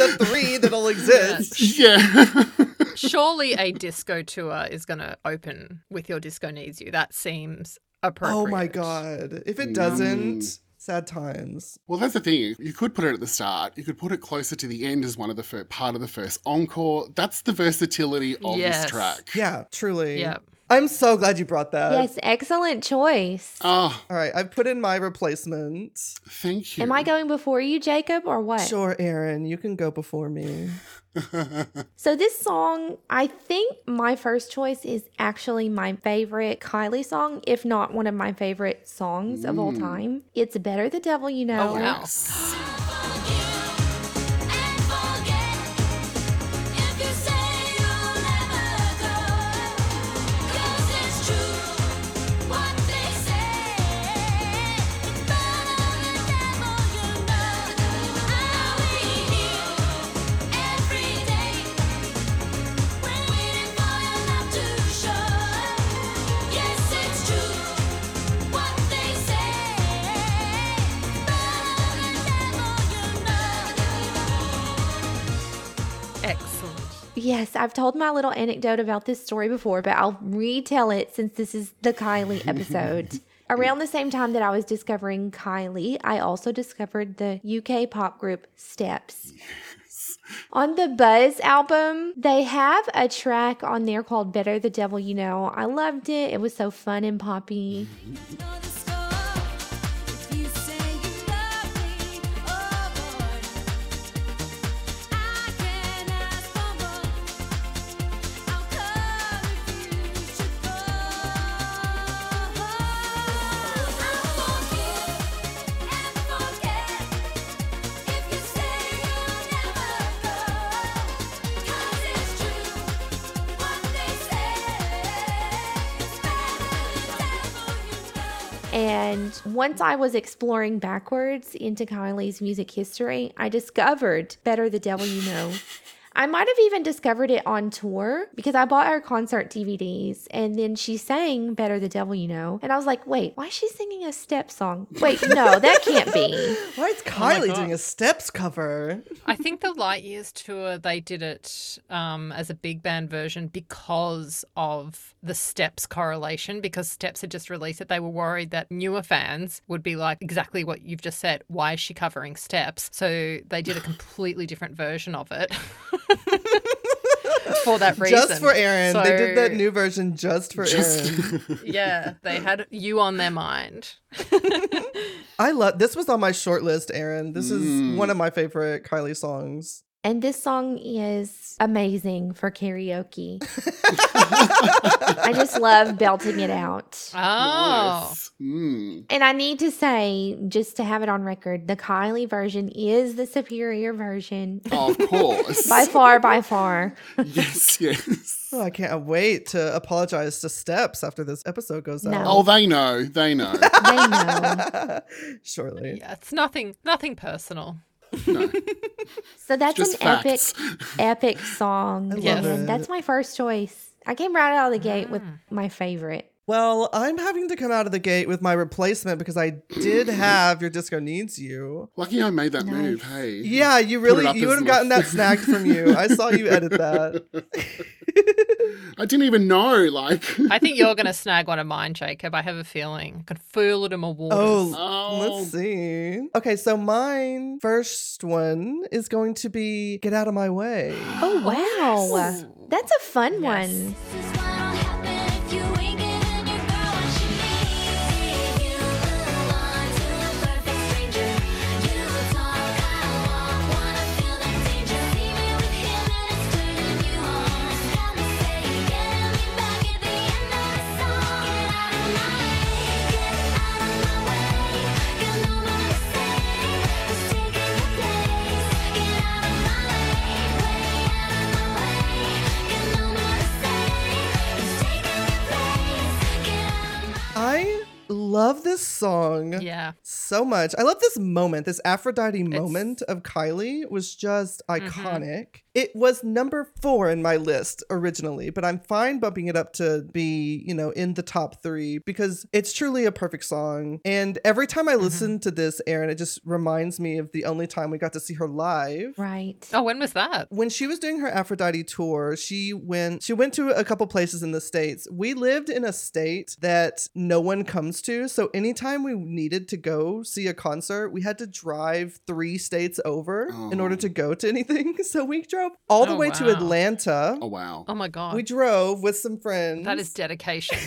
Speaker 3: The three that'll exist.
Speaker 4: yeah.
Speaker 1: Surely a disco tour is going to open with Your Disco Needs You. That seems appropriate.
Speaker 3: Oh my god! If it doesn't, sad times.
Speaker 4: Well, that's the thing. You could put it at the start. You could put it closer to the end as one of the fir- part of the first encore. That's the versatility of
Speaker 1: Yes.
Speaker 4: this track.
Speaker 3: Yeah, truly.
Speaker 1: Yeah.
Speaker 3: I'm so glad you brought that.
Speaker 2: Yes, excellent choice.
Speaker 4: Oh,
Speaker 3: All right, I've put in my replacement.
Speaker 4: thank you.
Speaker 2: Am I going before you, Jacob, or what?
Speaker 3: Sure, Aaron, you can go before me.
Speaker 2: So this song, I think my first choice is actually my favorite Kylie song, if not one of my favorite songs of all time. It's Better the Devil You Know.
Speaker 4: Oh,
Speaker 1: Wow.
Speaker 4: yes.
Speaker 5: And forget if you say you'll never go. 'Cause it's true what they say. It's better the devil you know. I'll be here every day when waiting for your love to show. Yes, it's true what they say. Better the devil you know.
Speaker 1: Excellent.
Speaker 2: Yes, I've told my little anecdote about this story before, but I'll retell it since this is the Kylie episode. Around the same time that I was discovering Kylie, I also discovered the UK pop group Steps. On the Buzz album, they have a track on there called Better the Devil You Know. I loved it. It was so fun and poppy.
Speaker 5: Know the score. If you say you love me, oh boy, I can't ask for more. I'll come if you should go. I'll forgive and forget if you say you'll never go. 'Cause it's true what they say. It's better than you know.
Speaker 2: And once I was exploring backwards into Kylie's music history, I discovered Better the Devil You Know. I might have even discovered it on tour because I bought her concert DVDs and then she sang Better the Devil You Know. And I was like, wait, why is she singing a step song? Wait, no, that can't be.
Speaker 3: Why is
Speaker 2: Oh
Speaker 3: Kylie
Speaker 1: God.
Speaker 3: doing a steps cover?
Speaker 1: I think the Light Years tour they did it um, as a big band version because of the Steps correlation. Because Steps had just released it, they were worried that newer fans would be like, "Exactly what you've just said. Why is she covering Steps?" So they did a completely different version of it for that reason.
Speaker 3: Just for Aaron. They did that
Speaker 1: So,
Speaker 3: new version just for Aaron.
Speaker 1: yeah, they had you on their mind.
Speaker 3: I love this was on my short list, Aaron. This
Speaker 4: Mm.
Speaker 3: is one of my favorite Kylie songs.
Speaker 2: And this song is amazing for karaoke. I just love belting it out.
Speaker 1: Oh,
Speaker 4: Nice. Mm.
Speaker 2: And I need to say, just to have it on record, the Kylie version is the superior version.
Speaker 4: Oh, of course.
Speaker 2: By far, by far.
Speaker 4: yes, yes.
Speaker 3: Oh, I can't wait to apologize to Steps after this episode goes
Speaker 2: No.
Speaker 4: Oh, they know. They know.
Speaker 2: They know.
Speaker 3: out. Shortly.
Speaker 1: yeah, it's nothing, nothing personal.
Speaker 2: So that's
Speaker 4: Just
Speaker 2: an
Speaker 4: facts.
Speaker 2: epic, epic song.
Speaker 3: I love
Speaker 1: Yes.
Speaker 2: And
Speaker 3: it.
Speaker 2: that's my first choice. I came right out of the gate with my favorite.
Speaker 3: Well, I'm having to come out of the gate with my replacement because I did have Your Disco Needs You.
Speaker 4: Lucky I made that move.
Speaker 2: Nice.
Speaker 4: Hey.
Speaker 3: Yeah, you
Speaker 4: Put it
Speaker 3: really
Speaker 4: up
Speaker 3: you
Speaker 4: as
Speaker 3: would have
Speaker 4: my-
Speaker 3: gotten that snagged from you. I saw you edit that.
Speaker 4: I didn't even know. Like,
Speaker 1: I think you're going to snag one of mine, Jacob. I have a feeling. I could feel it in my waters.
Speaker 3: Oh,
Speaker 4: oh,
Speaker 3: Let's see. Okay, so mine first one is going to be Get Out of My Way.
Speaker 2: Oh wow, that's a fun
Speaker 1: Yes.
Speaker 2: one.
Speaker 5: This is what'll happen if you ain't giving your girl what she needs. If you move on to a perfect stranger, you talk, I walk, wanna feel that danger. See me with him and it's turning you on. Have me say you're getting me back at the end of the song. Get out of my way, get out of my way. Got no one to save, who's taking your place? Get out of my way, way out of my way. Got no one to save, who's taking your place? Get out of my
Speaker 3: I love this song
Speaker 1: Yeah.
Speaker 3: so much. I love this moment. This Aphrodite moment of Kylie was just iconic. It was number four in my list originally, but I'm fine bumping it up to be, you know, in the top three because it's truly a perfect song. And every time I listen to this, Aaron, it just reminds me of the only time we got to see her live.
Speaker 2: Right.
Speaker 1: Oh, when was that?
Speaker 3: when she was doing her Aphrodite tour, she went she went to a couple places in the states. We lived in a state that no one comes to, so anytime we needed to go see a concert, we had to drive 3 states over in order
Speaker 4: Oh.
Speaker 3: to go to anything. So we drove all the
Speaker 1: Oh,
Speaker 3: way to
Speaker 1: wow.
Speaker 3: Atlanta.
Speaker 4: oh wow.
Speaker 1: Oh my God.
Speaker 3: We drove with some friends.
Speaker 1: that is dedication.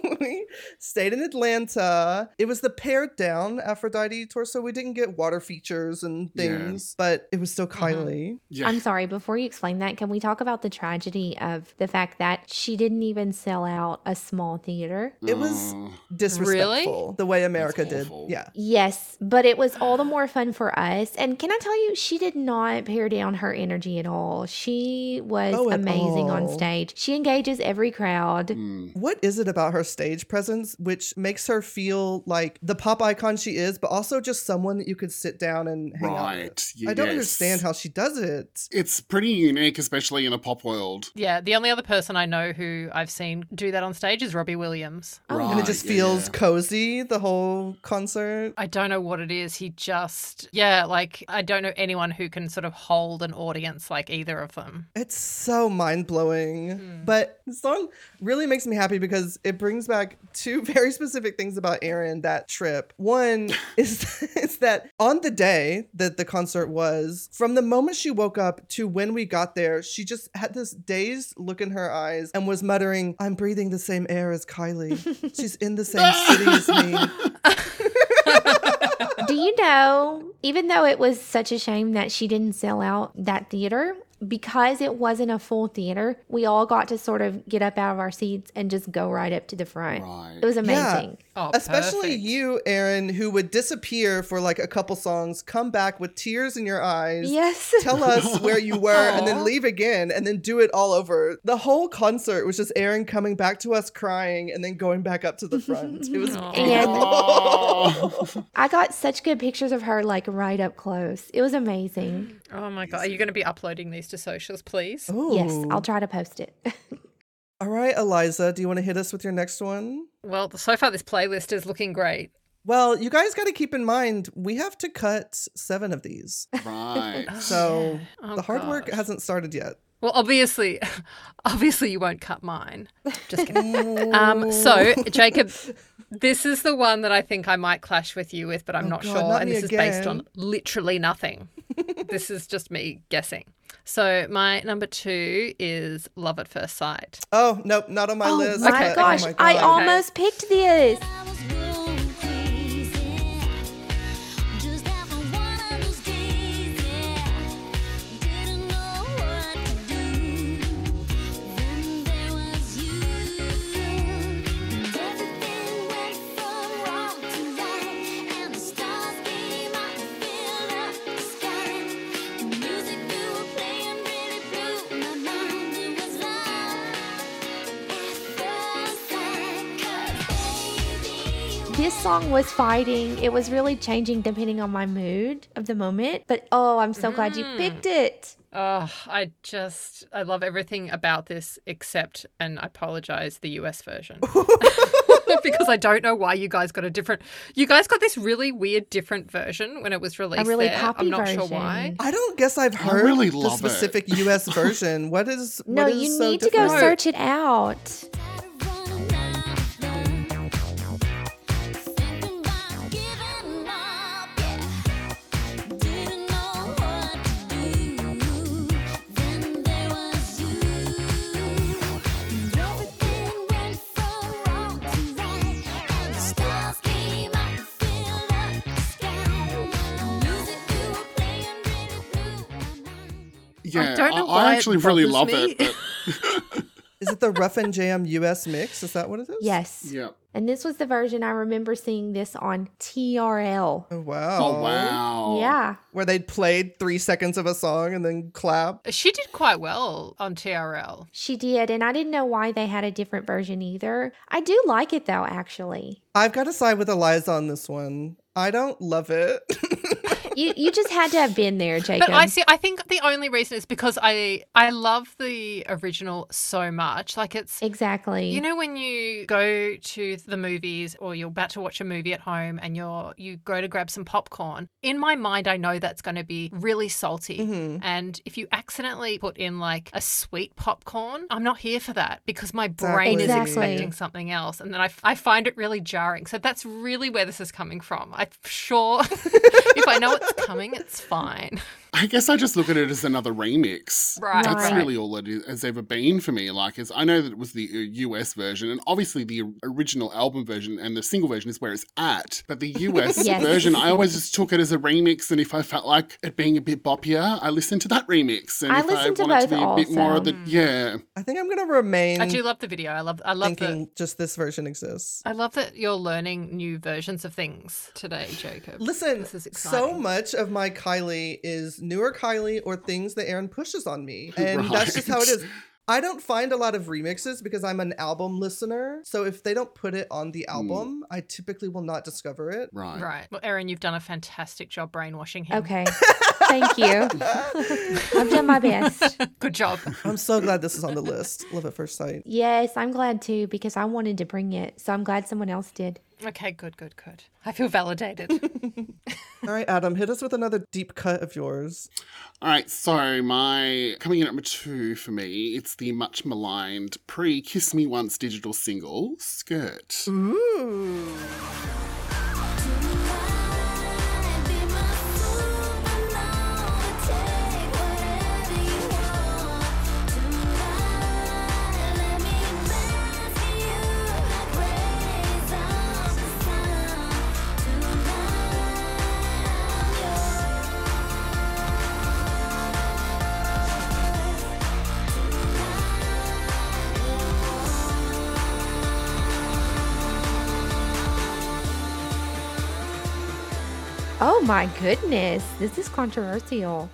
Speaker 3: we stayed in Atlanta. It was the pared down Aphrodite tour, so we didn't get water features and
Speaker 4: Yeah.
Speaker 3: things, but it was still
Speaker 1: Uh-huh.
Speaker 3: Kylie.
Speaker 4: yeah.
Speaker 2: I'm sorry, before you explain that, can we talk about the tragedy of the fact that she didn't even sell out a small theater?
Speaker 3: It was
Speaker 4: Oh.
Speaker 3: disrespectful the way America
Speaker 4: That's
Speaker 3: did.
Speaker 4: awful.
Speaker 3: Yeah.
Speaker 2: Yes, but it was all the more fun for us. And can I tell you, she did not pare down her energy at all. She was
Speaker 3: Oh, at
Speaker 2: amazing on
Speaker 3: all.
Speaker 2: stage. She engages every crowd.
Speaker 4: Mm.
Speaker 3: What is it about her stage presence which makes her feel like the pop icon she is, but also just someone that you could sit down and hang out with?
Speaker 4: Right.
Speaker 3: I don't
Speaker 4: yes.
Speaker 3: understand how she does it.
Speaker 4: It's pretty unique, especially in the pop world.
Speaker 1: yeah. The only other person I know who I've seen do that on stage is Robbie Williams.
Speaker 4: right.
Speaker 3: And it just
Speaker 4: Ah, yeah,
Speaker 3: feels
Speaker 4: yeah.
Speaker 3: cozy the whole concert.
Speaker 1: I don't know what it is. He just, yeah, like I don't know anyone who can sort of hold an audience like either of them.
Speaker 3: It's so mind blowing.
Speaker 1: Hmm.
Speaker 3: But the song really makes me happy because it brings back two very specific things about Aaron that trip. One is, is that on the day that the concert was, from the moment she woke up to when we got there, she just had this dazed look in her eyes and was muttering, I'm breathing the same air as Kylie. She's in the same city as me.
Speaker 2: Do you know, even though it was such a shame that she didn't sell out that theater, because it wasn't a full theater, we all got to sort of get up out of our seats and just go right up to the front.
Speaker 4: Right.
Speaker 2: It was
Speaker 3: Yeah.
Speaker 2: amazing.
Speaker 1: Oh,
Speaker 3: Especially
Speaker 1: perfect.
Speaker 3: you, Aaron, who would disappear for like a couple songs, come back with tears in your eyes,
Speaker 2: Yes.
Speaker 3: tell us where you were and
Speaker 1: Aw.
Speaker 3: then leave again and then do it all over. The whole concert was just Aaron coming back to us crying and then going back up to the front. It was
Speaker 1: Aw.
Speaker 4: Oh.
Speaker 2: I got such good pictures of her, like right up close. It was amazing.
Speaker 1: Oh my God. Are you going to be uploading these to socials, please?
Speaker 2: Yes,
Speaker 3: Ooh.
Speaker 2: I'll try to post it.
Speaker 3: All right, Eliza, do you want to hit us with your next one?
Speaker 1: Well, so far this playlist is looking great.
Speaker 3: Well, you guys got to keep in mind we have to cut 7 of these.
Speaker 4: right.
Speaker 3: So,
Speaker 1: Oh,
Speaker 3: the hard work
Speaker 1: gosh.
Speaker 3: hasn't started yet.
Speaker 1: Well, obviously, obviously you won't cut mine. Just kidding. um, so Jacob, this is the one that I think I might clash with you with, but I'm
Speaker 3: Oh
Speaker 1: not
Speaker 3: God,
Speaker 1: sure.
Speaker 3: not
Speaker 1: and
Speaker 3: me
Speaker 1: this is based on
Speaker 3: again.
Speaker 1: literally nothing. this is just me guessing. So my number two is Love at First Sight.
Speaker 3: Oh, nope, not on my
Speaker 2: oh
Speaker 3: list.
Speaker 2: my,
Speaker 3: but- oh
Speaker 2: gosh, I
Speaker 3: God.
Speaker 2: almost picked this.
Speaker 5: I was going crazy, just having one of those days. Didn't know what to do. Then there was you, and everything went from wrong to right, and the stars came out and filled up the sky. The music you were playing really blew my mind. It was love
Speaker 2: This song was fighting.
Speaker 1: Mm.
Speaker 2: It was really changing depending on my mood of the moment. But oh, I'm so glad you picked it.
Speaker 1: Oh, I just I love everything about this except and I apologize the US version. because I don't know why you guys got a different you guys got this really weird different version when it was released.
Speaker 2: really
Speaker 1: there.
Speaker 2: poppy
Speaker 1: I'm not sure
Speaker 2: version.
Speaker 1: why.
Speaker 3: I don't guess I've heard
Speaker 4: really
Speaker 3: the
Speaker 4: love it.
Speaker 3: specific US version. What is
Speaker 2: No,
Speaker 3: what is
Speaker 2: you
Speaker 3: so
Speaker 2: need to
Speaker 3: different?
Speaker 2: go search it out.
Speaker 4: Yeah,
Speaker 1: I don't know
Speaker 4: I,
Speaker 1: why it
Speaker 4: actually really love
Speaker 1: bothers me.
Speaker 4: it. But
Speaker 3: Is it the Rough and Jam US mix? Is that what it is?
Speaker 2: Yes.
Speaker 4: yeah.
Speaker 2: And this was the version I remember seeing this on TRL.
Speaker 3: Oh, wow.
Speaker 4: Oh wow.
Speaker 2: Yeah.
Speaker 3: Where they played three seconds of a song and then clap.
Speaker 1: She did quite well on TRL.
Speaker 2: She did, and I didn't know why they had a different version either. I do like it though, actually.
Speaker 3: I've got to side with Eliza on this one. I don't love it.
Speaker 2: You you just had to have been there, Jacob.
Speaker 1: But I see. I think the only reason is because I I love the original so much. Like it's
Speaker 2: exactly.
Speaker 1: you know when you go to the movies or you're about to watch a movie at home and you're you go to grab some popcorn. In my mind, I know that's going to be really salty.
Speaker 3: Mhm.
Speaker 1: And if you accidentally put in like a sweet popcorn, I'm not here for that because my
Speaker 3: Exactly.
Speaker 1: brain
Speaker 2: Exactly.
Speaker 1: is expecting something else. And then I, f- I find it really jarring. So that's really where this is coming from. I'm sure if I know it's coming, it's fine.
Speaker 4: I guess I just look at it as another remix.
Speaker 1: Right.
Speaker 4: That's
Speaker 2: Right.
Speaker 4: really all it is, has ever been for me. Like, is I know that it was the uh, US version, and obviously the original album version and the single version is where it's at. But the US
Speaker 2: Yes.
Speaker 4: version, I always just took it as a remix. And if I felt like it being a bit boppier, I listened to that remix. And
Speaker 2: I
Speaker 4: if
Speaker 2: listened to
Speaker 4: I wanted to be
Speaker 2: both
Speaker 4: a bit more of
Speaker 2: also.
Speaker 4: the yeah,
Speaker 3: I think I'm going to remain
Speaker 1: I do love the video. I love I love that
Speaker 3: thinking just this version exists.
Speaker 1: I love that you're learning new versions of things today, Jacob.
Speaker 3: Listen,
Speaker 1: This is
Speaker 3: so
Speaker 1: exciting.
Speaker 3: much of my Kylie is newer Kylie or things that Aaron pushes on me. And that's just how
Speaker 4: Right.
Speaker 3: it is. I don't find a lot of remixes because I'm an album listener. So if they don't put it on the album, I typically will not discover it.
Speaker 4: right.
Speaker 1: right. Well, Erin, you've done a fantastic job brainwashing him.
Speaker 2: okay. Thank you. I've done my best.
Speaker 1: Good job.
Speaker 3: I'm so glad this is on the list. Love at first sight.
Speaker 2: Yes, I'm glad too because I wanted to bring it. So I'm glad someone else did.
Speaker 1: Okay, good, good, good. I feel validated.
Speaker 3: All right, Adam, hit us with another deep cut of yours.
Speaker 4: All right, so my coming in at number two for me, it's the much maligned pre Kiss Me Once digital single, Skirt.
Speaker 3: Ooh.
Speaker 2: Oh my goodness. This is controversial.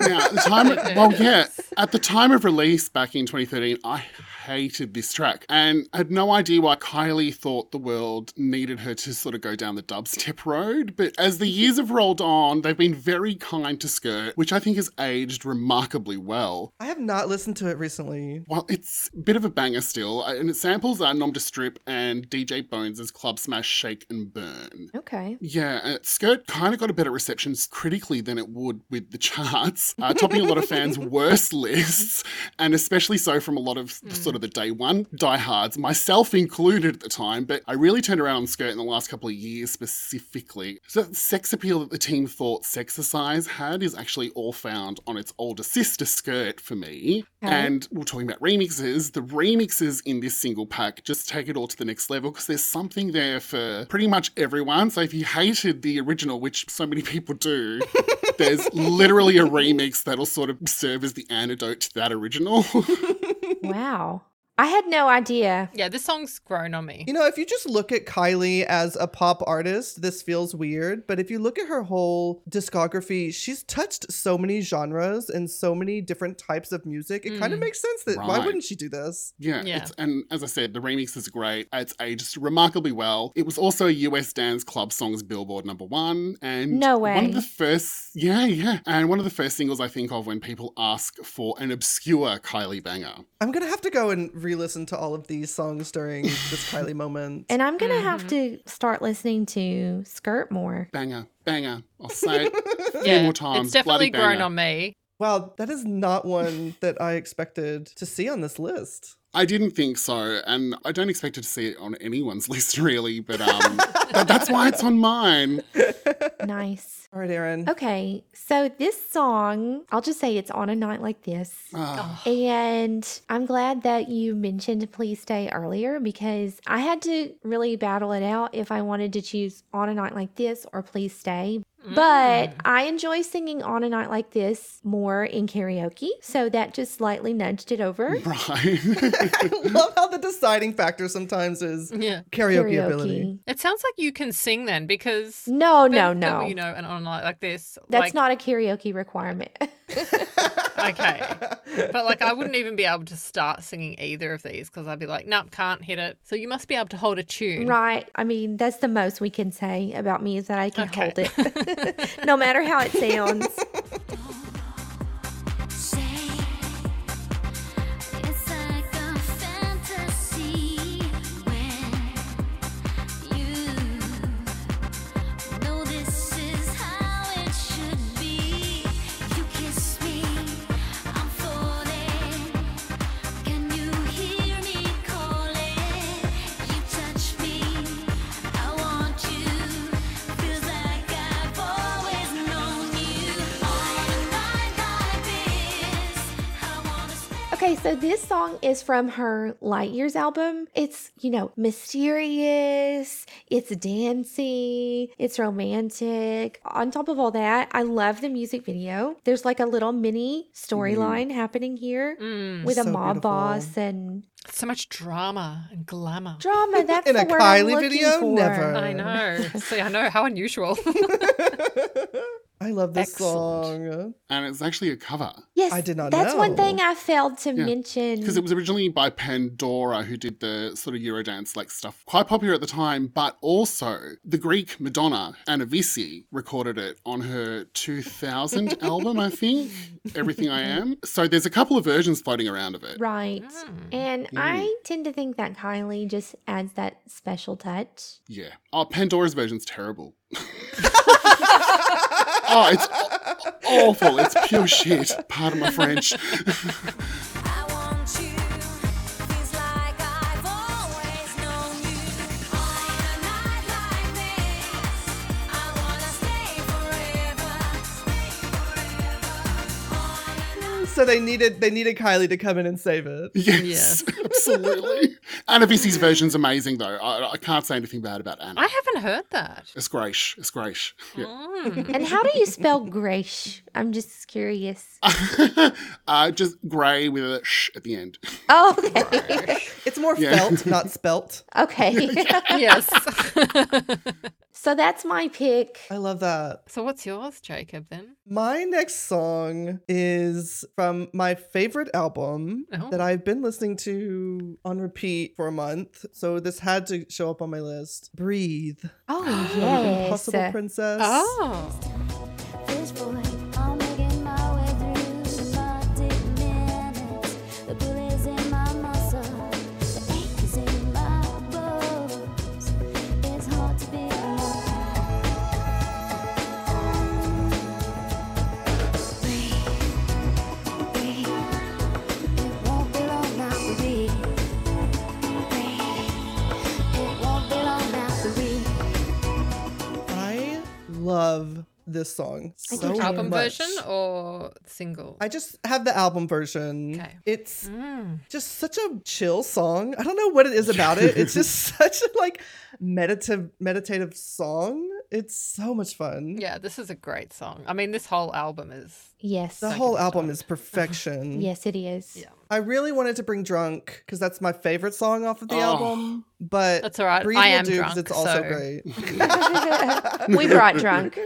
Speaker 4: Now, at the time, well, yeah, at the time of release back in 2013, I hated this track and had no idea why Kylie thought the world needed her to sort of go down the dubstep road. But as the years have rolled on, they've been very kind to Skirt, which I think has aged remarkably well.
Speaker 3: I have not listened to it recently.
Speaker 4: Well, it's a bit of a banger still, and it samples are Nom de Strip and DJ Bones' Club Smash Shake and Burn.
Speaker 2: Okay.
Speaker 4: Yeah, uh, Skirt kind of got a better reception critically than it would with the charts, uh, topping a lot of fans' worst lists, and especially so from a lot of sort of the day one diehards, myself included at the time. But I really turned around on Skirt in the last couple of years specifically. So that sex appeal that the team thought Sexercise had is actually all found on its older sister Skirt for me.
Speaker 2: Okay.
Speaker 4: And we're talking about remixes. The remixes in this single pack just take it all to the next level because there's something there for pretty much everyone. So if you hated the original, which so many people do, there's literally a remix that'll sort of serve as the antidote to that original.
Speaker 2: Wow. I had no idea.
Speaker 1: Yeah, this song's grown on me.
Speaker 3: You know, if you just look at Kylie as a pop artist, this feels weird. But if you look at her whole discography, she's touched so many genres and so many different types of music. It kind of
Speaker 1: Mm.
Speaker 3: makes sense that why
Speaker 4: Right.
Speaker 3: wouldn't she do this?
Speaker 4: Yeah,
Speaker 1: Yeah.
Speaker 4: It's, and as I said, the remix is great. It's aged remarkably well. It was also US Dance Club Songs Billboard number one, and
Speaker 2: No
Speaker 4: one
Speaker 2: way.
Speaker 4: of the first, yeah, yeah, and one of the first singles I think of when people ask for an obscure Kylie banger.
Speaker 3: I'm gonna have to go and re-listen to all of these songs during this Kylie moment.
Speaker 2: And I'm gonna have to start listening to Skirt more.
Speaker 4: Banger, banger. I'll say it a few
Speaker 1: Yeah,
Speaker 4: more times.
Speaker 1: it's definitely
Speaker 4: Bloody banger.
Speaker 1: grown on me.
Speaker 3: wow, that is not one that I expected to see on this list.
Speaker 4: I didn't think so, and I don't expect to see it on anyone's list really, but um, but that's why it's on mine.
Speaker 2: Nice.
Speaker 3: All right, Aaron.
Speaker 2: Okay, so this song, I'll just say it's on a night like this.
Speaker 4: Ah,
Speaker 2: And I'm glad that you mentioned Please Stay earlier because I had to really battle it out if I wanted to choose On a Night Like This or Please Stay. But
Speaker 1: Mm.
Speaker 2: I enjoy singing On a Night Like This more in karaoke. So that just slightly nudged it over.
Speaker 4: right.
Speaker 3: I love how the deciding factor sometimes is
Speaker 1: yeah,
Speaker 3: karaoke, ability.
Speaker 1: it sounds like you can sing then because
Speaker 2: No, no,
Speaker 1: Then-
Speaker 2: no.
Speaker 1: You know, and on like, like this. like,
Speaker 2: That's not a karaoke requirement.
Speaker 1: okay. But like, I wouldn't even be able to start singing either of these because I'd be like, nope, can't hit it. So you must be able to hold a tune.
Speaker 2: right. I mean, that's the most we can say about me is that I can
Speaker 1: Okay.
Speaker 2: hold it. no matter how it sounds.
Speaker 5: Say it's like a fantasy when you know this is how it should be. You kiss me, I'm falling. Can you hear me calling? You touch me, I want you. Feels like I've always known you. On a night like this, I wanna spend.
Speaker 2: Okay, so this song is from her Light Years album. It's, you know, mysterious, it's dancey, it's romantic. On top of all that, I love the music video. There's like a little mini storyline happening here
Speaker 1: Mm.
Speaker 2: with a
Speaker 3: So
Speaker 2: mob
Speaker 3: beautiful.
Speaker 2: boss and
Speaker 1: So much drama and glamour.
Speaker 2: drama. That's
Speaker 3: In
Speaker 2: the
Speaker 3: a
Speaker 2: word I'm
Speaker 3: Kylie
Speaker 2: looking
Speaker 3: video?
Speaker 2: for.
Speaker 3: Never.
Speaker 1: I know. See, I know how unusual.
Speaker 3: I love this
Speaker 1: Excellent.
Speaker 3: song.
Speaker 4: and it's actually a cover.
Speaker 2: Yes,
Speaker 3: I did not
Speaker 2: That's one
Speaker 3: know.
Speaker 2: thing I failed to
Speaker 4: Yeah.
Speaker 2: mention.
Speaker 4: because it was originally by Pandora, who did the sort of Eurodance like stuff, quite popular at the time. But also, the Greek Madonna Anavisi recorded it on her 2000 album, I think, Everything I Am. So there's a couple of versions floating around of it.
Speaker 2: Right.
Speaker 1: Mm.
Speaker 2: And I tend to think that Kylie just adds that special touch.
Speaker 4: Yeah. Oh, Pandora's version's terrible. oh, it's aw- awful. It's pure shit. Pardon my French.
Speaker 5: I want you. Feels like I've always known you. On a night like this, I wanna stay forever.
Speaker 3: So they needed they needed Kylie to come in and save it.
Speaker 4: Yes, absolutely. Anavisi's version's amazing, though. I, I can't say anything bad about Anna.
Speaker 1: I haven't heard that.
Speaker 4: It's great. It's great. Yeah.
Speaker 1: Mm.
Speaker 2: And how do you spell Grace? I'm just curious.
Speaker 4: uh, just grey with a sh at the end.
Speaker 2: Oh, okay.
Speaker 3: It's more
Speaker 4: Yeah.
Speaker 3: felt, not spelt.
Speaker 2: okay.
Speaker 1: yes.
Speaker 2: so that's my pick.
Speaker 3: I love that.
Speaker 1: so what's yours, Jacob? Then.
Speaker 3: My next song is from my favorite album
Speaker 1: Oh.
Speaker 3: that I've been listening to on repeat for a month. So this had to show up on my list. Breathe.
Speaker 2: Oh,
Speaker 3: from
Speaker 2: yes.
Speaker 3: Impossible Princess.
Speaker 1: Oh.
Speaker 5: This boy, I'm making my way through the body minutes. The pill is in my muscle, the ache is in my bones. It's hard to be alone. Breathe, breathe. It won't be long now. Breathe, breathe. It won't be long now. Breathe.
Speaker 3: I love this song
Speaker 2: I do
Speaker 3: so
Speaker 2: too.
Speaker 1: album
Speaker 3: Oh, much.
Speaker 1: version or single?
Speaker 3: I just have the album version.
Speaker 1: Okay.
Speaker 3: It's
Speaker 1: Mm.
Speaker 3: just such a chill song. I don't know what it is about it. It's just such a like meditative meditative song. It's so much fun.
Speaker 1: Yeah, this is a great song. I mean, this whole album is.
Speaker 2: Yes.
Speaker 3: The
Speaker 1: Don't
Speaker 3: whole
Speaker 1: give a
Speaker 3: album
Speaker 1: shot.
Speaker 3: is perfection.
Speaker 2: yes, it is.
Speaker 1: Yeah.
Speaker 3: I really wanted to bring Drunk because that's my favorite song off of the
Speaker 4: Oh.
Speaker 3: album, but
Speaker 1: That's all right.
Speaker 3: Breathe
Speaker 1: I
Speaker 3: Will
Speaker 1: am
Speaker 3: Do 'cause
Speaker 1: drunk.
Speaker 3: it's
Speaker 1: so-
Speaker 3: also great.
Speaker 2: we brought drunk.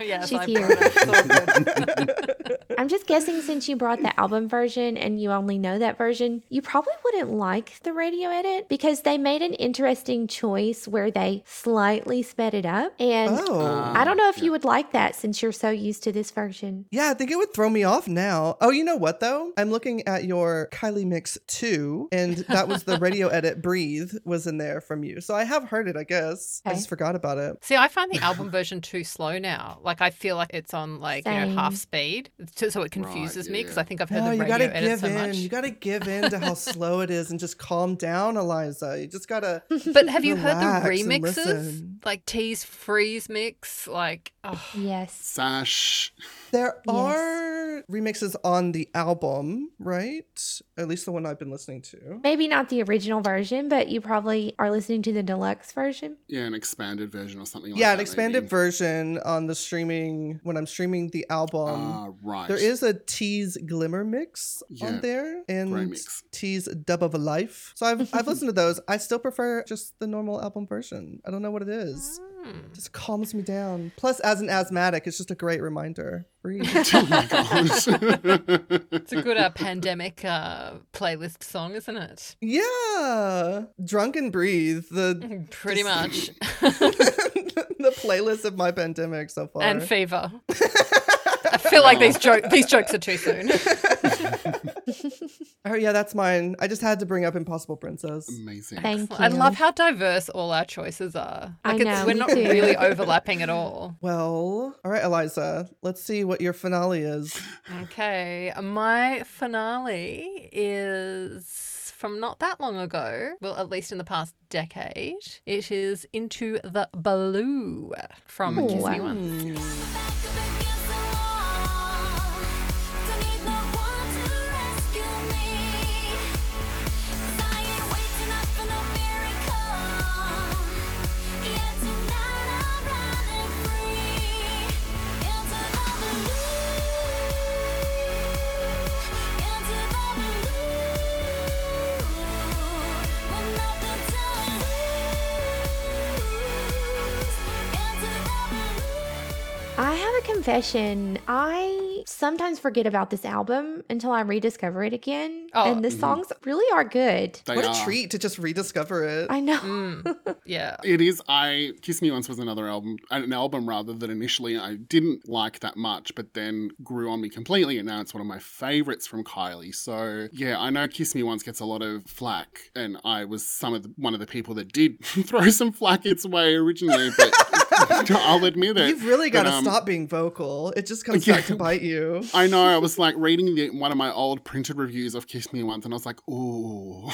Speaker 1: Yes,
Speaker 2: She's
Speaker 1: I
Speaker 2: here.
Speaker 1: brought it. It's all good.
Speaker 2: I'm just guessing since you brought the album version and you only know that version, you probably wouldn't like the radio edit because they made an interesting choice where they slightly sped it up. And
Speaker 3: Oh.
Speaker 4: Uh,
Speaker 2: I don't know if
Speaker 4: yeah.
Speaker 2: you would like that since you're so used to this version.
Speaker 3: yeah, I think it would throw me off now. Oh, you know what though? I'm looking at your Kylie Mix 2, and that was the radio edit Breathe was in there from you. So I have heard it, I guess. I
Speaker 2: Okay.
Speaker 3: just forgot about it.
Speaker 1: See, I find the album version too slow now. Like, I feel like it's on like you know half
Speaker 2: Same.
Speaker 1: speed, so so it
Speaker 4: Right,
Speaker 1: confuses
Speaker 4: yeah,
Speaker 1: me because
Speaker 4: yeah.
Speaker 1: I think I've heard
Speaker 3: No,
Speaker 1: the
Speaker 3: Oh, you
Speaker 1: radio
Speaker 3: gotta
Speaker 1: edit
Speaker 3: give
Speaker 1: so
Speaker 3: in.
Speaker 1: much.
Speaker 3: You gotta give in to how slow it is and just calm down, Eliza. You just gotta
Speaker 1: But have you heard the
Speaker 3: Relax and
Speaker 1: remixes?
Speaker 3: listen.
Speaker 1: Like Tease Freeze mix, like oh,
Speaker 2: Yes.
Speaker 4: Sash.
Speaker 3: There
Speaker 2: Yes.
Speaker 3: are remixes on the album, right? At least the one I've been listening to.
Speaker 2: Maybe not the original version, but you probably are listening to the deluxe version.
Speaker 4: Yeah, an expanded version or something like
Speaker 3: yeah,
Speaker 4: that.
Speaker 3: an expanded
Speaker 4: maybe.
Speaker 3: version on the streaming when I'm streaming the album.
Speaker 4: Ah, right.
Speaker 3: there is a Tease Glimmer mix
Speaker 4: Yeah,
Speaker 3: on there
Speaker 4: Great
Speaker 3: and
Speaker 4: mix.
Speaker 3: Tease Dub of a Life. So I've I've listened to those. I still prefer just the normal album version. I don't know what it is.
Speaker 1: hmm.
Speaker 3: It just calms me down. Plus, as an asthmatic, it's just a great reminder. Breathe.
Speaker 4: oh my gosh.
Speaker 1: it's a good uh, pandemic uh, playlist song, isn't it?
Speaker 3: yeah, drunk and breathe. The
Speaker 1: Pretty much,
Speaker 3: the playlist of my pandemic so far.
Speaker 1: and fever. I feel like these joke these jokes are too soon.
Speaker 3: oh yeah, that's mine. I just had to bring up Impossible Princess.
Speaker 4: Amazing.
Speaker 2: Thank you.
Speaker 1: I love how diverse all our choices are.
Speaker 2: I
Speaker 1: Like it's,
Speaker 2: know,
Speaker 1: we're
Speaker 2: me
Speaker 1: not
Speaker 2: too.
Speaker 1: really overlapping at all.
Speaker 3: Well, all right, Eliza. Let's see what your finale is.
Speaker 1: Okay, my finale is from not that long ago, well, at least in the past decade. It is Into the Blue from
Speaker 4: Ooh,
Speaker 1: Kiss Me
Speaker 2: wow.
Speaker 1: Once.
Speaker 2: I have a confession. I sometimes forget about this album until I rediscover it again.
Speaker 1: Oh.
Speaker 2: and the
Speaker 4: Mhm.
Speaker 2: songs really are good.
Speaker 4: They
Speaker 3: what a
Speaker 4: are.
Speaker 3: treat to just rediscover it.
Speaker 2: I know.
Speaker 1: Mm, yeah.
Speaker 4: It is. I Kiss Me Once was another album, an album rather that initially I didn't like that much, but then grew on me completely, and now it's one of my favorites from Kylie. So yeah, I know Kiss Me Once gets a lot of flack, and I was some of the, one of the people that did throw some flack its way originally, but I'll admit it.
Speaker 3: You've really got
Speaker 4: But,
Speaker 3: to
Speaker 4: um,
Speaker 3: stop being vocal. It just comes back
Speaker 4: yeah.
Speaker 3: to bite you.
Speaker 4: I know. I was like reading the, one of my old printed reviews of Kiss Me Once, and I was like, ooh,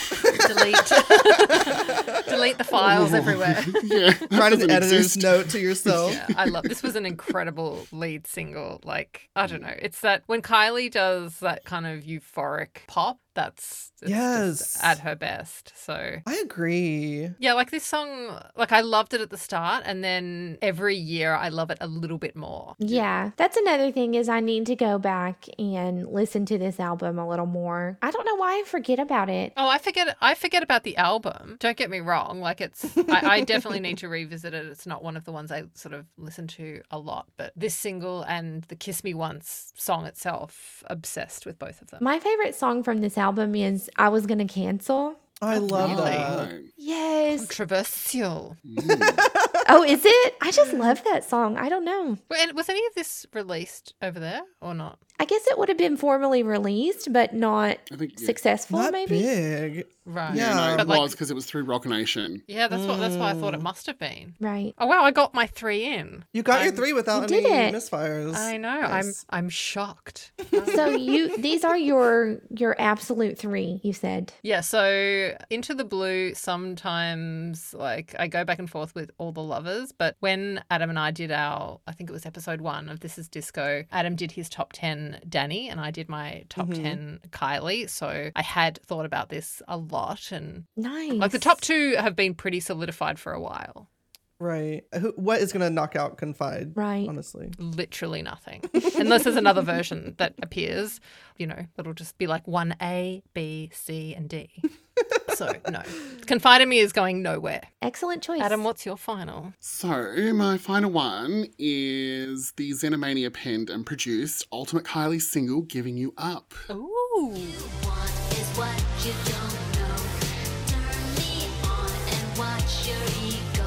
Speaker 1: Delete. Delete the files everywhere.
Speaker 4: yeah. that
Speaker 3: Write an
Speaker 4: doesn't
Speaker 3: editor's
Speaker 4: exist.
Speaker 3: note to yourself.
Speaker 1: Yeah, I love this was an incredible lead single. Like, I don't know. It's that when Kylie does that kind of euphoric pop, that's it's just
Speaker 3: Yes.
Speaker 1: at her best. So
Speaker 3: I agree.
Speaker 1: Yeah, like this song, like I loved it at the start, and then every year I love it a little bit more.
Speaker 2: Yeah, that's another thing is I need to go back and listen to this album a little more. I don't know why I forget about it.
Speaker 1: Oh, I forget. I forget about the album. Don't get me wrong. Like it's, I, I definitely need to revisit it. It's not one of the ones I sort of listen to a lot, but this single and the "Kiss Me Once" song itself, obsessed with both of them.
Speaker 2: My favorite song from this album is I Was Gonna Cancel.
Speaker 3: I love
Speaker 1: Really?
Speaker 3: that.
Speaker 2: Yes.
Speaker 1: Controversial.
Speaker 4: Right. Mm.
Speaker 2: Oh, is it? I just love that song. I don't know.
Speaker 1: Well, And was any of this released over there or not?
Speaker 2: I guess it would have been formally released, but not
Speaker 4: I think yeah.
Speaker 2: successful,
Speaker 3: Not
Speaker 2: maybe.
Speaker 3: big.
Speaker 1: Right.
Speaker 4: Yeah, no,
Speaker 3: Yeah.
Speaker 4: it
Speaker 1: But, like-
Speaker 4: was because it was through Rock Nation.
Speaker 1: Yeah, that's what. That's why I thought it must have been.
Speaker 2: Right.
Speaker 1: Oh wow, I got my three in.
Speaker 3: You got your
Speaker 1: I'm-
Speaker 3: three without
Speaker 2: You
Speaker 3: any
Speaker 2: did it.
Speaker 3: misfires.
Speaker 1: I know.
Speaker 3: Nice.
Speaker 1: I'm I'm shocked. Um,
Speaker 2: So you these are your your absolute three, you said.
Speaker 1: yeah, so Into the Blue sometimes like I go back and forth with all the lovers, but when Adam and I did our I think it was episode 1 of This is Disco, Adam did his top 10 Danny and I did my top
Speaker 3: Mhm.
Speaker 1: 10 Kylie. So I had thought about this a lot and
Speaker 2: Nice.
Speaker 1: like the top 2 have been pretty solidified for a while.
Speaker 3: Right. Who, what is going to knock out Confide?
Speaker 2: Right.
Speaker 3: Honestly.
Speaker 1: Literally nothing. Unless there's another version that appears, you know, that'll just be like 1A, B, C, and D. So, no. Confide in Me is going nowhere.
Speaker 2: Excellent choice.
Speaker 1: Adam, what's your final?
Speaker 4: So, my final one is the Xenomania penned and produced Ultimate Kylie single, Giving You Up.
Speaker 1: Ooh.
Speaker 5: want is what you don't know. Turn me on and watch your ego.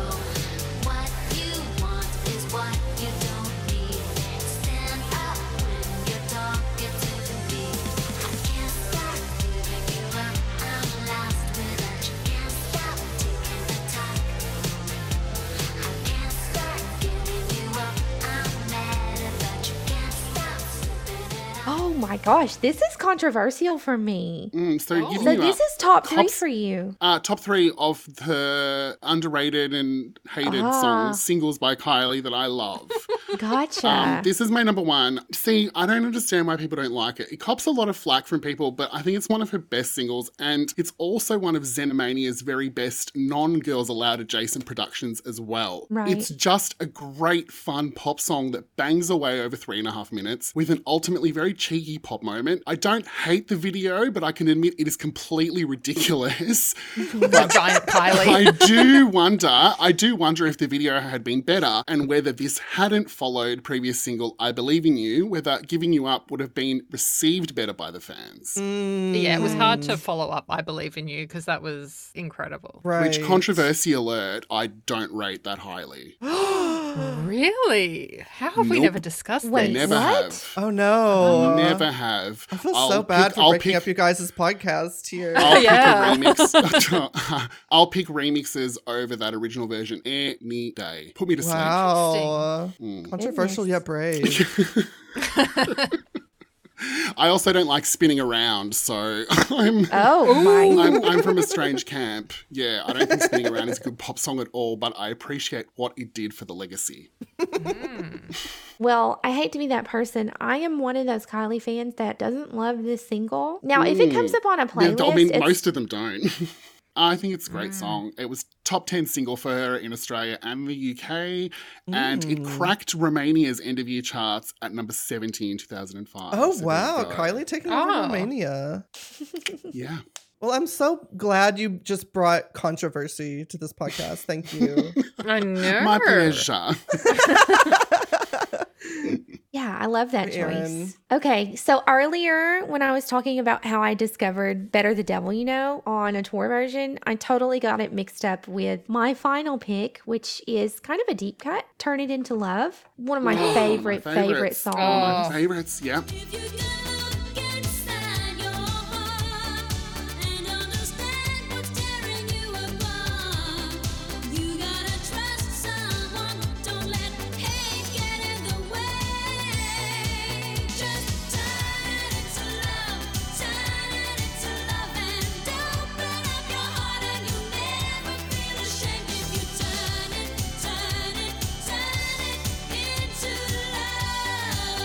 Speaker 5: What you want is what you don't need. Stand up when you're talking to me. I can't stop giving you up. I'm lost without you. Can't stop taking the talk. I can't stop giving you up. I'm mad about you. Can't stop slipping it up.
Speaker 2: Oh my gosh, this is controversial for me.
Speaker 4: Mm, so,
Speaker 1: Oh.
Speaker 4: Giving
Speaker 2: So
Speaker 4: You
Speaker 2: this
Speaker 4: Up.
Speaker 2: is top three
Speaker 4: Cops-
Speaker 2: for you.
Speaker 4: uh, top three of the underrated and hated
Speaker 2: Ah.
Speaker 4: songs, singles by Kylie that I love.
Speaker 2: Gotcha.
Speaker 4: Um, this is my number one. See, I don't understand why people don't like it. It cops a lot of flack from people, but I think it's one of her best singles, and it's also one of Xenomania's very best non Girls Allowed adjacent productions as well.
Speaker 2: Right.
Speaker 4: It's just a great, fun pop song that bangs away over three and a half minutes with an ultimately very cheeky pop moment. I don't hate the video, but I can admit it is completely ridiculous.
Speaker 1: Giant Kylie.
Speaker 4: I do wonder. I do wonder if the video had been better and whether this hadn't followed previous single "I Believe in You," whether "Giving You Up" would have been received better by the fans.
Speaker 3: Mm.
Speaker 1: Yeah, it was hard to follow up I Believe in You because that was incredible.
Speaker 3: Right.
Speaker 4: Which controversy alert, I don't rate that highly.
Speaker 1: Really? How have we
Speaker 4: Nope.
Speaker 1: never discussed
Speaker 2: Wait,
Speaker 1: this?
Speaker 4: Never
Speaker 2: what?
Speaker 4: have.
Speaker 3: Oh
Speaker 2: Uh-huh.
Speaker 3: no.
Speaker 4: Never have.
Speaker 3: I feel
Speaker 4: I'll
Speaker 3: so bad
Speaker 4: pick-
Speaker 3: for
Speaker 4: I'll
Speaker 3: breaking
Speaker 4: pick-
Speaker 3: up you guys' podcast here.
Speaker 4: I'll
Speaker 1: Yeah.
Speaker 4: pick a remix. I'll pick remixes over that original version any day. Put me to
Speaker 3: wow.
Speaker 4: sleep. Mm.
Speaker 3: Controversial
Speaker 2: Goodness.
Speaker 3: yet brave.
Speaker 4: I also don't like spinning around, so I'm
Speaker 2: oh my.
Speaker 4: I'm, I'm from a strange camp. Yeah, I don't think Spinning Around is a good pop song at all, but I appreciate what it did for the legacy.
Speaker 2: Well, I hate to be that person. I am one of those Kylie fans that doesn't love this single. Now, if it comes
Speaker 4: Mm.
Speaker 2: up on a
Speaker 4: Yeah,
Speaker 2: playlist,
Speaker 4: I mean,
Speaker 2: it's- Hmm.
Speaker 4: most of them don't. I think it's a great song. It was top 10 single for her in Australia and the UK, and it
Speaker 2: Hmm.
Speaker 4: cracked Romania's end of year charts at number 70 in 2005.
Speaker 3: oh
Speaker 4: So there
Speaker 3: wow,
Speaker 4: you go.
Speaker 3: Kylie taking over
Speaker 2: Ah.
Speaker 1: Oh.
Speaker 3: Romania.
Speaker 4: Yeah.
Speaker 3: Well, I'm so glad you just brought controversy to this podcast. Thank you.
Speaker 1: I know.
Speaker 4: My pleasure.
Speaker 2: Yeah, I love that
Speaker 3: Erin.
Speaker 2: choice. Okay, so earlier when I was talking about how I discovered Better the Devil You Know on a tour version, I totally got it mixed up with my final pick, which is kind of a deep cut Turn It Into Love. One of my favorite, favorite
Speaker 4: Oh,
Speaker 2: songs.
Speaker 4: my favorites, yep.
Speaker 5: If you look inside your heart and understand what's tearing you apart, you gotta trust someone. Don't let hate get in the way. Just turn it into love, turn it into love, and open up your heart, and you'll never feel ashamed if you turn it, turn it, turn it into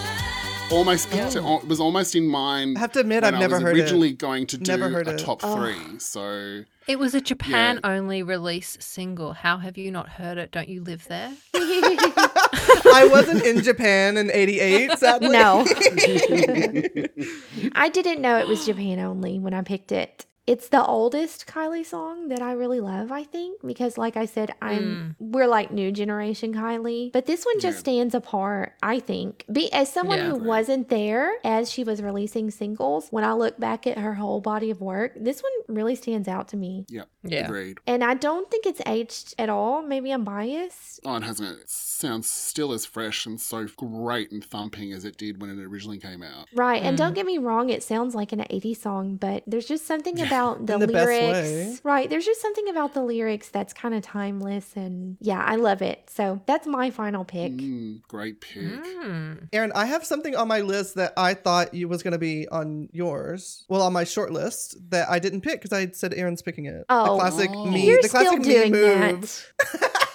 Speaker 5: love.
Speaker 4: Almost picked it. It was almost in mine.
Speaker 3: I have to admit,
Speaker 4: when
Speaker 3: I've
Speaker 4: I
Speaker 3: never
Speaker 4: was
Speaker 3: heard it.
Speaker 4: originally going to do
Speaker 3: Never heard
Speaker 4: a
Speaker 3: it.
Speaker 4: top
Speaker 2: Oh.
Speaker 4: three, so
Speaker 1: It was a Japan only release single. How have you not heard it? Don't you live there?
Speaker 3: I wasn't in Japan in '88. Sadly,
Speaker 2: No. I didn't know it was Japan only when I picked it. It's the oldest Kylie song that I really love, I think, because like I said, I'm we're like new generation Kylie, but this one just
Speaker 4: Yeah.
Speaker 2: stands apart, I think. Be as someone
Speaker 1: Yeah.
Speaker 2: who
Speaker 4: Right.
Speaker 2: wasn't there as she was releasing singles, when I look back at her whole body of work, this one really stands out to me.
Speaker 4: yep.
Speaker 1: Yeah.
Speaker 4: Agreed.
Speaker 2: And I don't think it's aged at all. Maybe I'm biased.
Speaker 4: Oh, it hasn't. It sounds still as fresh and so great and thumping as it did when it originally came out.
Speaker 2: Right. And
Speaker 1: Mm.
Speaker 2: don't get me wrong, it sounds like an 80s song, but there's just something about the,
Speaker 3: In the best way.
Speaker 2: lyrics. Right. There's just something about the lyrics that's kind of timeless. And yeah, I love it. So that's my final pick.
Speaker 4: Mm, great pick.
Speaker 1: Mm.
Speaker 3: Aaron, I have something on my list that I thought you was going to be on yours. Well, on my short list that I didn't pick because I had said Aaron's picking it.
Speaker 2: Oh.
Speaker 3: the classic
Speaker 4: Oh.
Speaker 3: me.
Speaker 2: You're
Speaker 3: the
Speaker 2: still
Speaker 3: classic
Speaker 2: doing
Speaker 3: me move.
Speaker 2: that.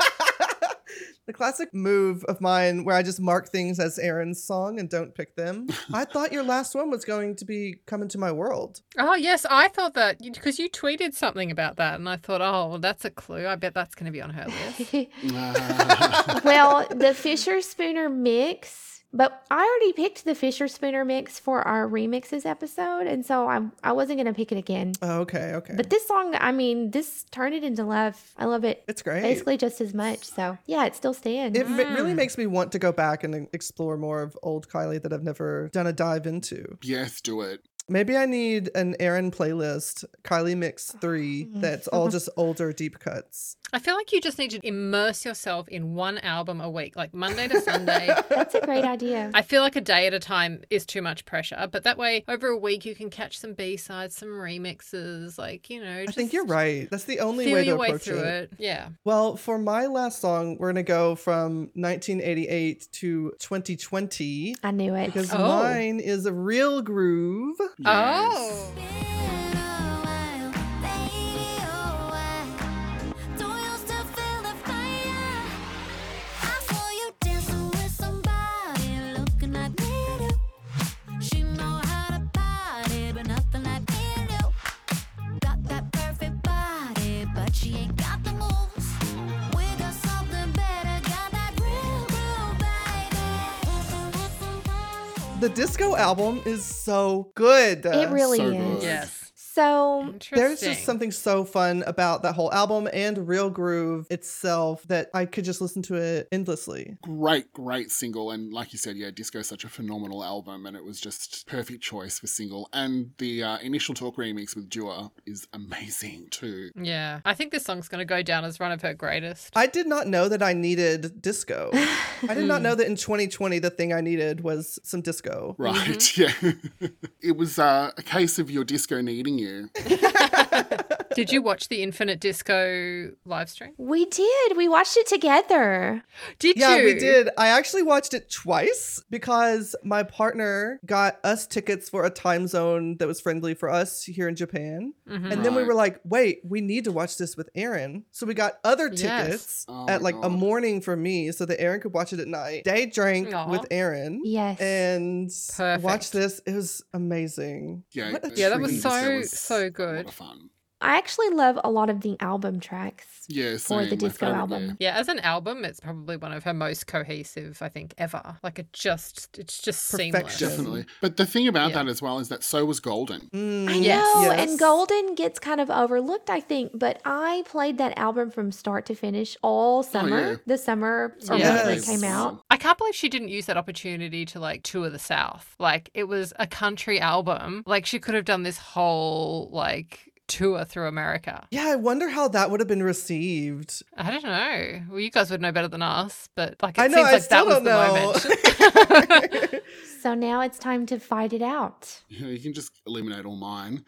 Speaker 3: The classic move of mine where I just mark things as Aaron's song and don't pick them. I thought your last one was going to be Coming to My World.
Speaker 1: Oh, yes. I thought that because you tweeted something about that, and I thought, oh, well, that's a clue. I bet that's going to be on her list.
Speaker 3: Mm.
Speaker 4: Ah.
Speaker 2: well, the Fisher Spooner mix, but I already picked the Fisher Spooner mix for our remixes episode, and so I I wasn't gonna pick it again.
Speaker 3: Oh, okay, okay.
Speaker 2: But this song, I mean, this turned it into love. I love it
Speaker 3: it's great.
Speaker 2: basically just as much. So yeah, it still stands.
Speaker 3: It ma- really
Speaker 1: Mm.
Speaker 3: makes me want to go back and explore more of old Kylie that I've never done a dive into.
Speaker 4: yes, do it.
Speaker 3: Maybe I need an Aaron playlist, Kylie Mix 3, that's all just older deep cuts.
Speaker 1: I feel like you just need to immerse yourself in one album a week, like Monday to Sunday.
Speaker 2: That's a great idea.
Speaker 1: I feel like a day at a time is too much pressure, but that way, over a week, you can catch some B sides, some remixes, like, you know,
Speaker 3: I
Speaker 1: just
Speaker 3: think you're right. That's the only
Speaker 1: feel
Speaker 3: way to
Speaker 1: your way
Speaker 3: approach
Speaker 1: through
Speaker 3: it.
Speaker 1: it. Yeah.
Speaker 3: Well, for my last song, we're going to go from 1988 to 2020
Speaker 2: I knew it.
Speaker 3: because
Speaker 1: Oh.
Speaker 3: mine is a real groove.
Speaker 4: Yes.
Speaker 1: Oh.
Speaker 5: Been a while, baby, oh I don't used to feel the fire. I saw you dancing with somebody looking like me do. She know how to body, but nothing like me do. Got that perfect body, but she ain't got the moves. We got something better, got that real groove, baby.
Speaker 3: The disco album is so good.
Speaker 2: it really
Speaker 4: so
Speaker 2: is.
Speaker 4: good.
Speaker 1: Yes.
Speaker 2: So
Speaker 1: Interesting.
Speaker 3: There's just something so fun about that whole album and Real Groove itself that I could just listen to it endlessly.
Speaker 4: Great, great single. And like you said, yeah, Disco is such a phenomenal album and it was just perfect choice for single. And the uh, initial talk remix with Dua is amazing too.
Speaker 1: Yeah. I think this song's going to go down as one of her greatest.
Speaker 3: I did not know that I needed disco. I did not know that in 2020 the thing I needed was some disco.
Speaker 4: Right,
Speaker 3: Mm-hmm.
Speaker 4: yeah. it was uh, a case of your disco needing you.
Speaker 1: Did you watch the Infinite Disco live stream?
Speaker 2: we did. We watched it together.
Speaker 1: Did
Speaker 3: Yeah,
Speaker 1: you?
Speaker 3: we did. I actually watched it twice because my partner got us tickets for a time zone that was friendly for us here in Japan.
Speaker 1: Mhm.
Speaker 3: And then we
Speaker 4: Right.
Speaker 3: were like, wait, we need to watch this with Aaron. So we got other
Speaker 1: Yes.
Speaker 3: tickets
Speaker 4: Oh my
Speaker 3: at like a
Speaker 4: God.
Speaker 3: morning for me so that Aaron could watch it at night. Day drank
Speaker 1: Aw.
Speaker 3: with Aaron.
Speaker 2: Yes.
Speaker 3: And
Speaker 1: Perfect.
Speaker 3: watched this. It was amazing.
Speaker 4: Yeah,
Speaker 3: What a
Speaker 4: it
Speaker 1: Yeah, that was
Speaker 4: really
Speaker 3: treat.
Speaker 1: so- so
Speaker 4: A
Speaker 1: good.
Speaker 4: lot of fun.
Speaker 2: I actually love a lot of the album tracks.
Speaker 4: Yeah,
Speaker 2: For the
Speaker 4: same, my
Speaker 2: disco
Speaker 4: favourite
Speaker 2: album.
Speaker 4: there.
Speaker 1: Yeah, as an album, it's probably one of her most cohesive, I think, ever. Like it just, it's just seamless.
Speaker 3: Perfection.
Speaker 4: Definitely. But the thing about
Speaker 1: Yeah.
Speaker 4: that as well is that so was Golden.
Speaker 3: Mm,
Speaker 2: I know,
Speaker 1: Yes.
Speaker 2: and Golden gets kind of overlooked, I think. But I played that album from start to finish all summer.
Speaker 4: yeah.
Speaker 2: The summer or
Speaker 1: Yeah.
Speaker 2: whenever it
Speaker 3: Yes.
Speaker 2: came out.
Speaker 1: I can't believe she didn't use that opportunity to like tour the South. Like it was a country album. Like she could have done this whole like tour through America.
Speaker 3: Yeah, I wonder how that would have been received.
Speaker 1: I don't know. Well, you guys would know better than us, but like it
Speaker 3: I know,
Speaker 1: seems
Speaker 3: I
Speaker 1: like
Speaker 3: still
Speaker 1: that was
Speaker 3: don't
Speaker 1: the moment.
Speaker 3: know.
Speaker 2: So now it's time to fight it out.
Speaker 4: Yeah, You can just eliminate all mine.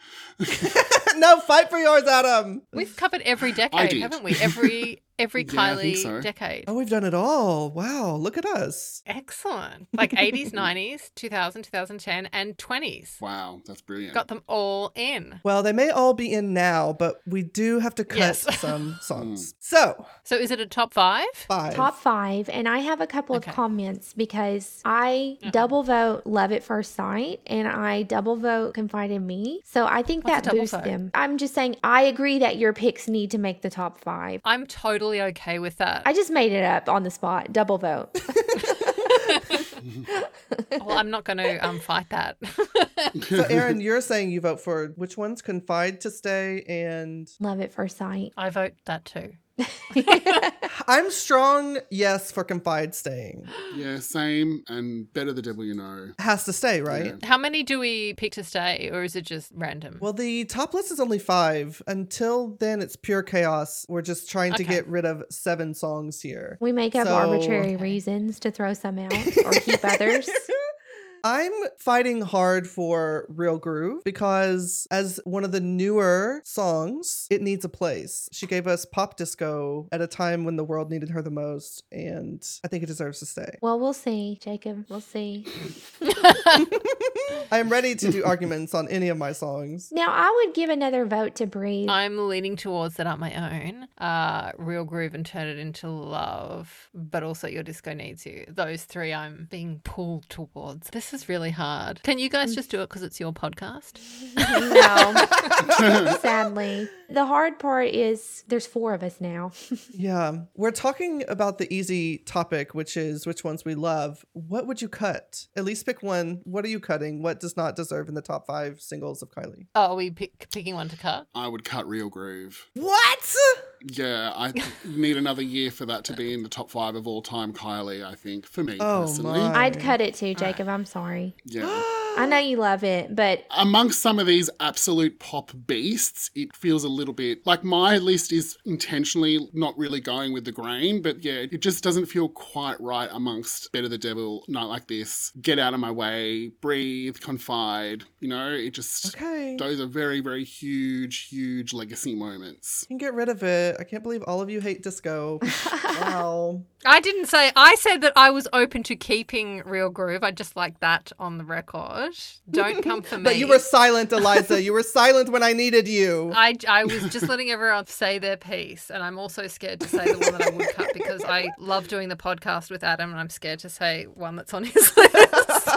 Speaker 3: no, fight for yours, Adam.
Speaker 1: We've covered every
Speaker 4: I
Speaker 1: decade,
Speaker 4: did.
Speaker 1: haven't we? Every every
Speaker 4: Yeah, I think
Speaker 1: Kylie
Speaker 4: so.
Speaker 1: decade.
Speaker 3: Oh, we've done it all. Wow, look at us.
Speaker 1: Excellent. Like 80s, 90s, 2000, 2010, and 20s.
Speaker 4: Wow, that's brilliant.
Speaker 1: Got them all in.
Speaker 3: Well, they may all be in now, but we do have to cut
Speaker 1: Yes.
Speaker 3: some songs. So,
Speaker 1: So is it a top five?
Speaker 3: five.
Speaker 2: Top five, and I have a couple
Speaker 1: Okay.
Speaker 2: of comments because I double vote Love at First Sight and I double vote Confide in Me. So I think
Speaker 1: What's a
Speaker 2: that
Speaker 1: double
Speaker 2: boosts
Speaker 1: vote?
Speaker 2: them. I'm just saying, I agree that your picks need to make the top five.
Speaker 1: I'm totally okay with that.
Speaker 2: I just made it up on the spot. Double vote.
Speaker 1: well, I'm not going to um, fight that.
Speaker 3: So, Aaron, you're saying you vote for which ones? Confide to Stay and
Speaker 2: Love at First Sight.
Speaker 1: I vote that too.
Speaker 3: I'm strong, yes, for Confide staying.
Speaker 4: yeah, same and better the devil you know.
Speaker 3: Has to stay, right?
Speaker 4: Yeah.
Speaker 1: How many do we pick to stay, or is it just random?
Speaker 3: Well, the top list is only five. Until then, it's pure chaos. We're just trying to
Speaker 1: Okay.
Speaker 3: get rid of seven songs here.
Speaker 2: We make up
Speaker 3: So-
Speaker 2: arbitrary reasons to throw some out or keep others.
Speaker 3: I'm fighting hard for Real Groove because, as one of the newer songs, it needs a place. She gave us pop disco at a time when the world needed her the most, and I think it deserves to stay.
Speaker 2: Well, we'll see, Jacob. We'll see.
Speaker 3: I'm ready to do arguments on any of my songs.
Speaker 2: Now, I would give another vote to Breathe.
Speaker 1: I'm leaning towards that on my own. Uh, Real Groove and Turn It Into Love, but also Your Disco Needs You. Those three I'm being pulled towards. This is really hard. Can you guys just do it because it's your podcast?
Speaker 2: no, sadly. The hard part is there's four of us now.
Speaker 3: Yeah. We're talking about the easy topic, which is which ones we love. What would you cut? At least pick one. What are you cutting? What does not deserve in the top five singles of Kylie?
Speaker 1: Oh, are we pick, picking one to cut?
Speaker 4: I would cut Real Groove.
Speaker 3: What?
Speaker 4: Yeah, I th- need another year for that to be in the top five of all time, Kylie, I think, for me
Speaker 3: Oh,
Speaker 4: personally.
Speaker 3: my.
Speaker 2: I'd
Speaker 3: Alright.
Speaker 2: cut it too, Jacob. I'm sorry.
Speaker 4: Yeah.
Speaker 2: I know you love it, but
Speaker 4: amongst some of these absolute pop beasts, it feels a little bit like my list is intentionally not really going with the grain, but yeah, it just doesn't feel quite right amongst Better the Devil, Night Like This, Get Out of My Way, Breathe, Confide. You know, it just.
Speaker 3: Okay.
Speaker 4: Those are very, very huge, huge legacy moments.
Speaker 3: can get rid of it. I can't believe all of you hate disco. wow.
Speaker 1: I didn't say. I said that I was open to keeping Real Groove. I just like that on the record. Don't come for me.
Speaker 3: But you were silent, Eliza. you were silent when I needed you.
Speaker 1: I, I was just letting everyone say their piece, and I'm also scared to say the one that I would cut because I love doing the podcast with Adam, and I'm scared to say one that's on his list.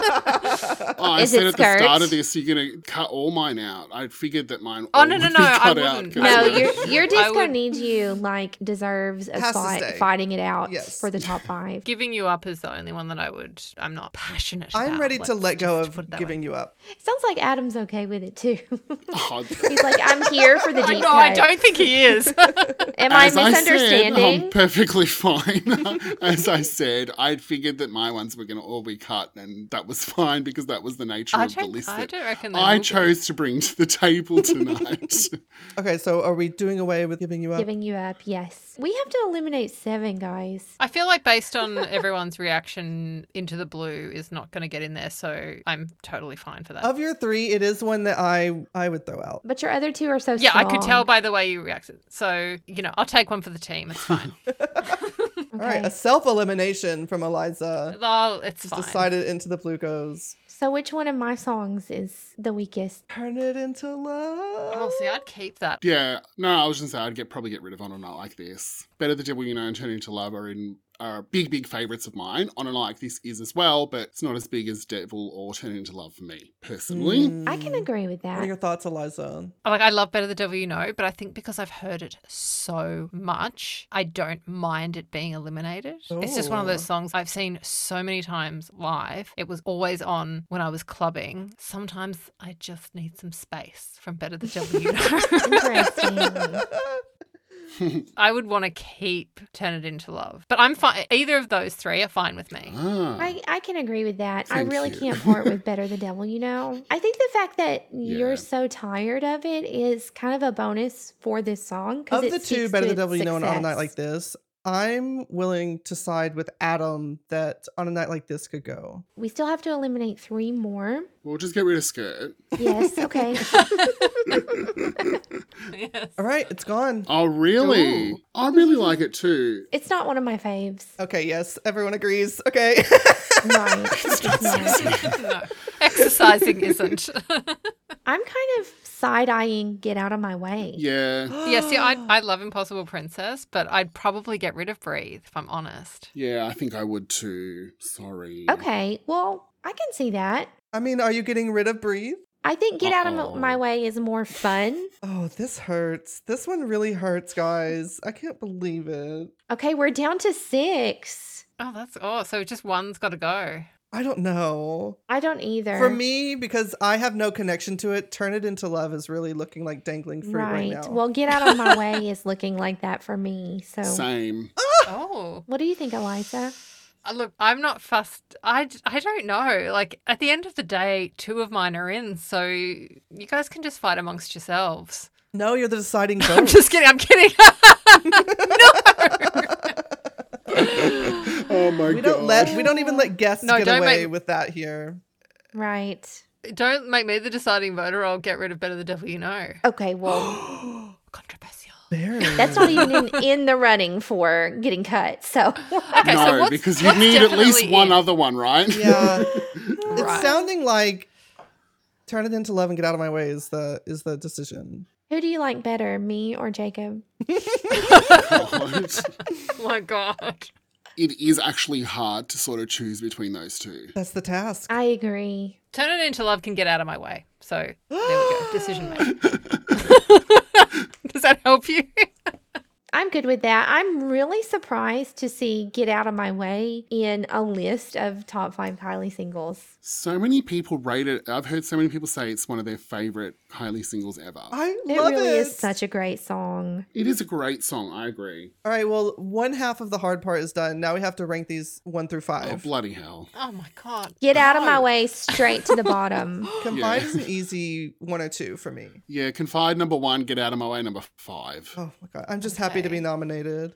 Speaker 4: Oh, I
Speaker 2: Is
Speaker 4: said
Speaker 2: it
Speaker 4: at the start
Speaker 2: skirts?
Speaker 4: of this, you're going to cut all mine out. I figured that mine.
Speaker 1: Oh,
Speaker 4: all
Speaker 1: no, no,
Speaker 4: would
Speaker 1: no,
Speaker 4: be
Speaker 1: I
Speaker 4: cut
Speaker 1: wouldn't.
Speaker 4: Out,
Speaker 2: no,
Speaker 1: would-
Speaker 2: your your disco
Speaker 1: would-
Speaker 2: needs you like deserves a
Speaker 3: Has to
Speaker 2: spot
Speaker 3: stay.
Speaker 2: fighting it out
Speaker 3: Yes.
Speaker 2: for the top five.
Speaker 1: Giving you up is the only one that I would. I'm not passionate.
Speaker 3: I'm
Speaker 1: about.
Speaker 3: ready to
Speaker 1: Let's
Speaker 3: let go
Speaker 1: just
Speaker 3: of
Speaker 1: put it that way.
Speaker 3: giving you up.
Speaker 2: Sounds like Adam's okay with it too.
Speaker 4: Oh,
Speaker 2: He's like, I'm here for the
Speaker 1: I
Speaker 2: deep
Speaker 1: know. I
Speaker 2: cut.
Speaker 1: don't think he is.
Speaker 2: Am I
Speaker 4: As I said,
Speaker 2: misunderstanding?
Speaker 4: I'm perfectly fine. As I said, I figured that my ones were going to all be cut, and that was fine because that was the nature
Speaker 1: I
Speaker 4: of the
Speaker 1: don't.
Speaker 4: list
Speaker 1: I
Speaker 4: that
Speaker 1: don't reckon. they
Speaker 4: I
Speaker 1: will be.
Speaker 4: chose to bring to the table tonight.
Speaker 3: Okay, so are we doing away with giving you up?
Speaker 2: Giving you up, yes. We have to eliminate seven, guys.
Speaker 1: I feel like based on everyone's reaction, Into the Blue is not going to get in there, so I'm totally fine for that.
Speaker 3: of your three, it is one that I I would throw out.
Speaker 2: But your other two are so
Speaker 1: yeah,
Speaker 2: strong.
Speaker 1: I could tell by the way you reacted. So you know, I'll take one for the team. It's fine.
Speaker 3: All right, a self elimination from Eliza.
Speaker 1: oh, it's
Speaker 3: Just
Speaker 1: fine.
Speaker 3: decided into the blue goes.
Speaker 2: So which one of my songs is the weakest?
Speaker 3: Turn it into love.
Speaker 1: Oh, see, I'd keep that.
Speaker 4: yeah, no, I was just say I'd get probably get rid of on a night like this. Better the devil you know and turn into love are in are big, big favourites of mine. On a night like this is as well, but it's not as big as devil or turn into love for me personally.
Speaker 1: Mm.
Speaker 2: I can agree with
Speaker 3: Mm. What are your
Speaker 2: that.
Speaker 3: thoughts, Eliza?
Speaker 1: Like I love Better the Devil You Know, but I think because I've heard it so much, I don't mind it being eliminated. It's just one of those
Speaker 3: Oh.
Speaker 1: songs I've seen so many times live. It was always on when I was clubbing. Sometimes I just need some space from Better the Devil You Know. Mm.
Speaker 2: Interesting.
Speaker 1: I would want to keep Turn It Into Love. But I'm fine either of those three are fine with me.
Speaker 4: Ah.
Speaker 2: I, I can agree with that. I
Speaker 4: Thank
Speaker 2: really
Speaker 4: you.
Speaker 2: can't part with Better the Devil, you know? I think the fact that
Speaker 4: Yeah.
Speaker 2: you're so tired of it is kind of a bonus for this song. 'cause
Speaker 3: Of
Speaker 2: it
Speaker 3: the two,
Speaker 2: speaks
Speaker 3: Better
Speaker 2: to
Speaker 3: the
Speaker 2: its
Speaker 3: Devil You Know and On a
Speaker 2: success.
Speaker 3: Night Like This, I'm willing to side with Adam that On a Night Like This could go.
Speaker 2: We still have to eliminate three more.
Speaker 4: We'll just get rid of skirt.
Speaker 2: Yes, okay.
Speaker 1: Yes.
Speaker 3: All right, it's gone.
Speaker 4: Oh really?
Speaker 1: Ooh.
Speaker 4: I really like it too.
Speaker 2: it's not one of my faves.
Speaker 3: Okay, yes, everyone agrees. Okay.
Speaker 2: Right. it's not.
Speaker 1: no, exercising isn't.
Speaker 2: I'm kind of side eyeing Get Out of My Way.
Speaker 4: Yeah.
Speaker 1: yeah, see,
Speaker 3: Ah.
Speaker 1: I, I love Impossible Princess, but I'd probably get rid of Breathe if I'm honest.
Speaker 4: Yeah, I think I would too. Sorry.
Speaker 2: Okay, well, I can see that.
Speaker 3: I mean, are you getting rid of Breathe?
Speaker 2: I think Get Out of
Speaker 4: Uh-oh.
Speaker 2: M- My Way is more fun.
Speaker 3: Oh, this hurts. This one really hurts, guys. I can't believe it.
Speaker 2: Okay, we're down to six.
Speaker 1: Oh, that's oh, so just one's got to go.
Speaker 3: I don't know.
Speaker 2: I don't either.
Speaker 3: For me, because I have no connection to it, Turn It Into Love is really looking like dangling fruit right,
Speaker 2: right.
Speaker 3: now.
Speaker 2: well, Get Out of My Way is looking like that for me. So,
Speaker 4: Same.
Speaker 1: Oh,
Speaker 2: what do you think, Eliza?
Speaker 1: Uh, look, I'm not fussed. I j- I don't know. Like at the end of the day, two of mine are in, so you guys can just fight amongst yourselves.
Speaker 3: no, you're the deciding
Speaker 1: I'm
Speaker 3: vote.
Speaker 1: just kidding. I'm kidding.
Speaker 4: oh my god. Oh
Speaker 3: we don't let we don't even let guests
Speaker 1: No,
Speaker 3: get
Speaker 1: don't
Speaker 3: away
Speaker 1: make-
Speaker 3: with that here.
Speaker 2: Right.
Speaker 1: Don't make me the deciding voter. I'll get rid of Better the Devil You Know.
Speaker 2: Okay, well,
Speaker 1: Controversial.
Speaker 3: Barry.
Speaker 2: that's not even in, in the running for getting cut. So,
Speaker 1: Okay,
Speaker 4: no,
Speaker 1: so what's,
Speaker 4: because you
Speaker 1: what's
Speaker 4: need at least
Speaker 1: definitely
Speaker 4: one
Speaker 1: in?
Speaker 4: other one, right?
Speaker 3: Yeah,
Speaker 1: Right.
Speaker 3: it's sounding like turn it into love and get out of my way is the is the decision.
Speaker 2: who do you like better, me or Jacob?
Speaker 1: Oh my god.
Speaker 4: it is actually hard to sort of choose between those two.
Speaker 3: That's the task.
Speaker 2: I agree.
Speaker 1: Turn it into love can get out of my way. So there we go. Decision made. Does that help you?
Speaker 2: I'm good with that. I'm really surprised to see Get Out of My Way in a list of top five Kylie singles.
Speaker 4: So many people rate it. I've heard so many people say it's one of their favorite Kylie singles ever.
Speaker 3: I
Speaker 2: It
Speaker 3: love
Speaker 2: really
Speaker 3: it.
Speaker 2: is such a great song.
Speaker 4: It is a great song. I agree.
Speaker 3: All right, well, one half of the hard part is done. Now we have to rank these one through
Speaker 4: Oh,
Speaker 3: five.
Speaker 4: bloody hell.
Speaker 1: Oh my god.
Speaker 2: Get Out of My
Speaker 1: No.
Speaker 2: Way straight to the bottom.
Speaker 3: Combined
Speaker 4: Yeah.
Speaker 3: is an easy one or two for me.
Speaker 4: Yeah, Confide number one, Get Out of My Way number five.
Speaker 3: Oh my god, I'm just happy to be
Speaker 1: Okay.
Speaker 3: nominated.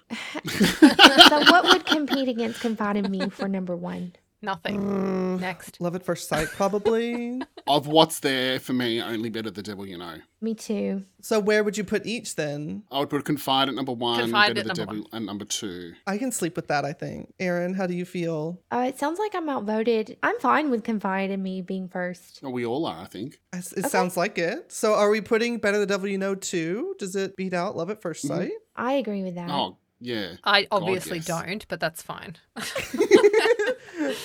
Speaker 2: So, what would compete against Confide in Me for number one? Mm.
Speaker 1: Nothing. Next.
Speaker 3: Love at first sight, probably.
Speaker 4: Of what's there for me, only Better the Devil You Know.
Speaker 2: Me too.
Speaker 3: so where would you put each then?
Speaker 4: I would put Confide at number one,
Speaker 1: Confide
Speaker 4: Better
Speaker 1: at
Speaker 4: the
Speaker 1: number
Speaker 4: Devil at number two.
Speaker 3: I can sleep with that. I think. Aaron, how do you feel?
Speaker 2: Uh, it sounds like I'm outvoted. I'm fine with Confide in Me being first.
Speaker 4: Oh, we all are, I think.
Speaker 3: I s- It sounds like it. So are we putting Better the Devil You Know two? Does it beat out Love at First
Speaker 4: Mhm.
Speaker 3: Sight?
Speaker 2: I agree with
Speaker 1: Mm.
Speaker 2: that.
Speaker 4: Oh, yeah.
Speaker 1: I obviously
Speaker 4: yes.
Speaker 1: don't, but that's fine.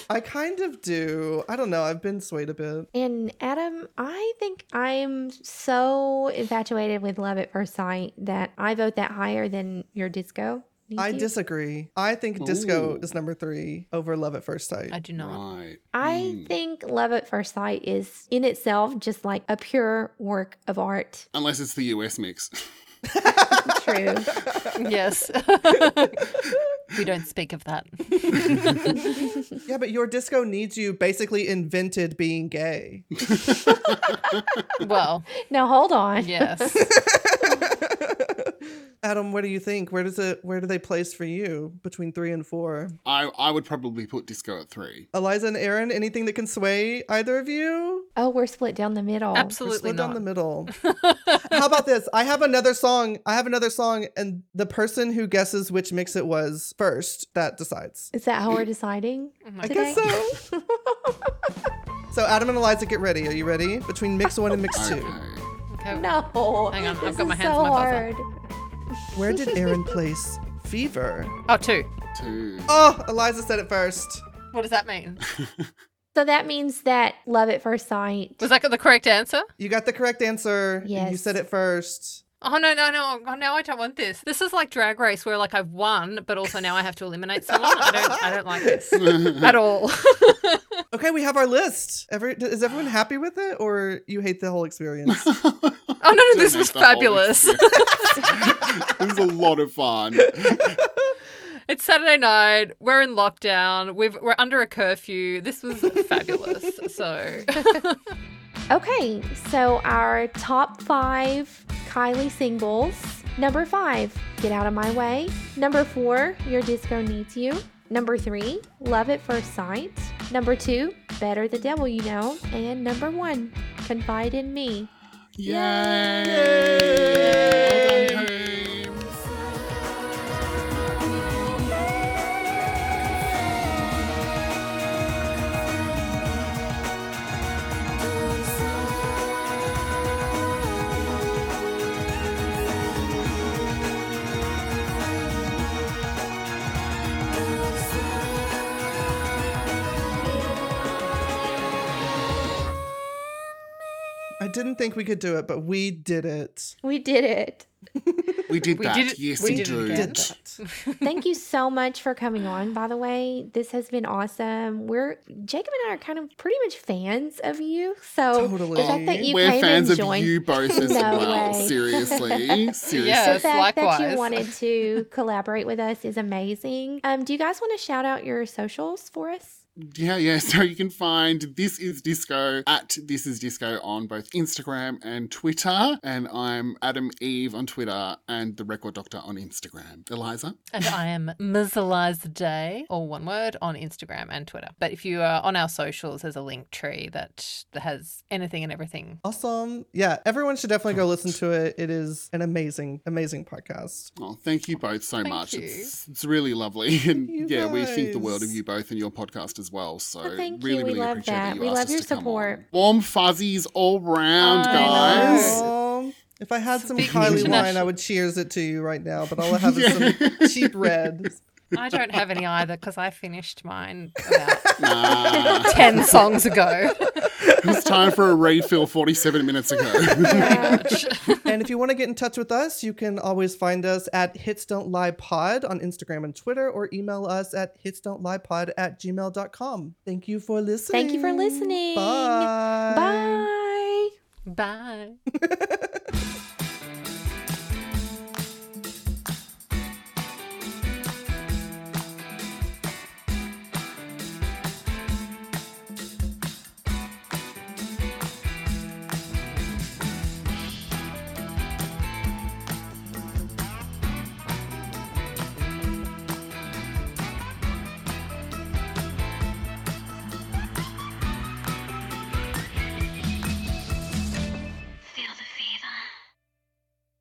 Speaker 3: I kind of do. I don't know. I've been swayed a bit.
Speaker 2: And Adam, I think I'm so infatuated with Love at First Sight that I vote that higher than your disco. Thank
Speaker 3: I
Speaker 2: you.
Speaker 3: disagree. I think Disco
Speaker 4: Ooh.
Speaker 3: is number three over Love at First Sight.
Speaker 1: I do not.
Speaker 4: Right.
Speaker 2: I
Speaker 4: Mm.
Speaker 2: think Love at First Sight is in itself just like a pure work of art.
Speaker 4: Unless it's the US mix.
Speaker 2: True.
Speaker 1: Yes. we don't speak of that.
Speaker 3: yeah, but your disco needs you basically invented being gay.
Speaker 1: Well,
Speaker 2: now hold on.
Speaker 1: yes.
Speaker 3: Adam, what do you think? Where does it where do they place for you between three and four?
Speaker 4: I, I would probably put Disco at three.
Speaker 3: Eliza and Aaron, anything that can sway either of you?
Speaker 2: Oh, we're split down the middle.
Speaker 3: We're
Speaker 1: Absolutely
Speaker 3: split
Speaker 1: not.
Speaker 3: down the middle. How about this? I have another song. I have another song, and the person who guesses which mix it was first that decides.
Speaker 2: Is that how we're deciding?
Speaker 1: my
Speaker 3: I
Speaker 2: today?
Speaker 3: guess so. so Adam and Eliza, get ready. Are you ready? Between mix one and mix two,
Speaker 4: Okay.
Speaker 1: Okay.
Speaker 2: no.
Speaker 1: Hang on, I've
Speaker 2: This
Speaker 1: got my
Speaker 2: is
Speaker 1: hands
Speaker 2: so
Speaker 1: on my buzzer.
Speaker 2: hard.
Speaker 3: where did Aaron place Fever?
Speaker 1: Oh, two.
Speaker 4: Two.
Speaker 3: Oh, Eliza said it first.
Speaker 1: What does that mean?
Speaker 2: So that means that Love at First Sight.
Speaker 1: Was that the correct answer?
Speaker 3: You got the correct answer. and You
Speaker 2: Yes.
Speaker 3: said it first.
Speaker 1: Oh no no no! Oh, now I don't want this. This is like drag race, where like I've won, but also now I have to eliminate someone. I don't I don't like this at all.
Speaker 3: Okay, we have our list. Every, is everyone happy with it, or you hate the whole experience?
Speaker 1: Oh no, no
Speaker 4: Don't
Speaker 1: this
Speaker 4: make
Speaker 1: was
Speaker 4: the whole
Speaker 1: fabulous.
Speaker 4: experience. this is a lot of fun.
Speaker 1: It's Saturday night. We're in lockdown. We've, we're under a curfew. This was fabulous. So
Speaker 2: Okay, so our top five Kylie singles. Number five, Get Out of My Way. Number four, Your Disco Needs You. Number three, Love at First Sight. Number two, Better the Devil You Know. And number one, Confide in Me.
Speaker 4: Yay! Well done, team.
Speaker 3: I didn't think we could do it, but we did it.
Speaker 2: We did it.
Speaker 4: We did
Speaker 1: We
Speaker 4: that.
Speaker 1: did it-
Speaker 4: yes,
Speaker 1: we
Speaker 4: we
Speaker 1: did it
Speaker 4: do.
Speaker 1: again.
Speaker 3: Did that.
Speaker 2: Thank you so much for coming on, by the way. This has been awesome. We're Jacob and I are kind of pretty much fans of you. So
Speaker 3: Totally.
Speaker 2: the fact that you
Speaker 4: We're
Speaker 2: came
Speaker 4: fans
Speaker 2: and
Speaker 4: of
Speaker 2: joined
Speaker 4: you both as
Speaker 2: No
Speaker 4: well.
Speaker 2: way.
Speaker 4: Seriously. Seriously.
Speaker 2: the
Speaker 1: Yes,
Speaker 2: fact that
Speaker 1: likewise.
Speaker 2: you wanted to collaborate with us is amazing. Um, do you guys want to shout out your socials for us?
Speaker 4: Yeah, yeah. So you can find This Is Disco at This Is Disco on both Instagram and Twitter. And I'm Adam Eve on Twitter and The Record Doctor on Instagram. Eliza?
Speaker 1: And I am Ms. Eliza Day, all one word, on Instagram and Twitter. But if you are on our socials, there's a link tree that that has anything and everything.
Speaker 3: Awesome. Yeah, everyone should definitely go listen to it. It is an amazing, amazing podcast.
Speaker 4: Oh, thank you both so
Speaker 1: Thank
Speaker 4: much.
Speaker 1: you.
Speaker 4: It's, it's really lovely. And
Speaker 3: you
Speaker 4: yeah, we think the world of
Speaker 3: guys.
Speaker 4: you both and your podcast as well. So
Speaker 2: Oh, thank you.
Speaker 4: really,
Speaker 2: We
Speaker 4: really
Speaker 2: love
Speaker 4: appreciate
Speaker 2: that.
Speaker 4: you
Speaker 2: We
Speaker 4: asked
Speaker 2: love
Speaker 4: us
Speaker 2: your
Speaker 4: to come on.
Speaker 2: support.
Speaker 4: Warm fuzzies all round,
Speaker 1: I
Speaker 4: guys.
Speaker 3: Aw. If I had some
Speaker 1: Speaking
Speaker 3: Kylie wine, I
Speaker 1: international-
Speaker 3: would cheers it to you right now, but all I have is
Speaker 4: Yeah.
Speaker 3: some cheap red.
Speaker 1: I don't have any either because I finished mine about
Speaker 4: Nah,
Speaker 1: 10 songs ago.
Speaker 4: it was time for a refill 47 minutes ago.
Speaker 3: and if you want to get in touch with us, you can always find us at Hits Don't Lie Pod on Instagram and Twitter, or email us at Hits Don't Lie Pod at gmail.com. Thank you for listening.
Speaker 2: Thank you for
Speaker 3: Uh,
Speaker 2: listening.
Speaker 3: Bye.
Speaker 2: Bye.
Speaker 1: Bye.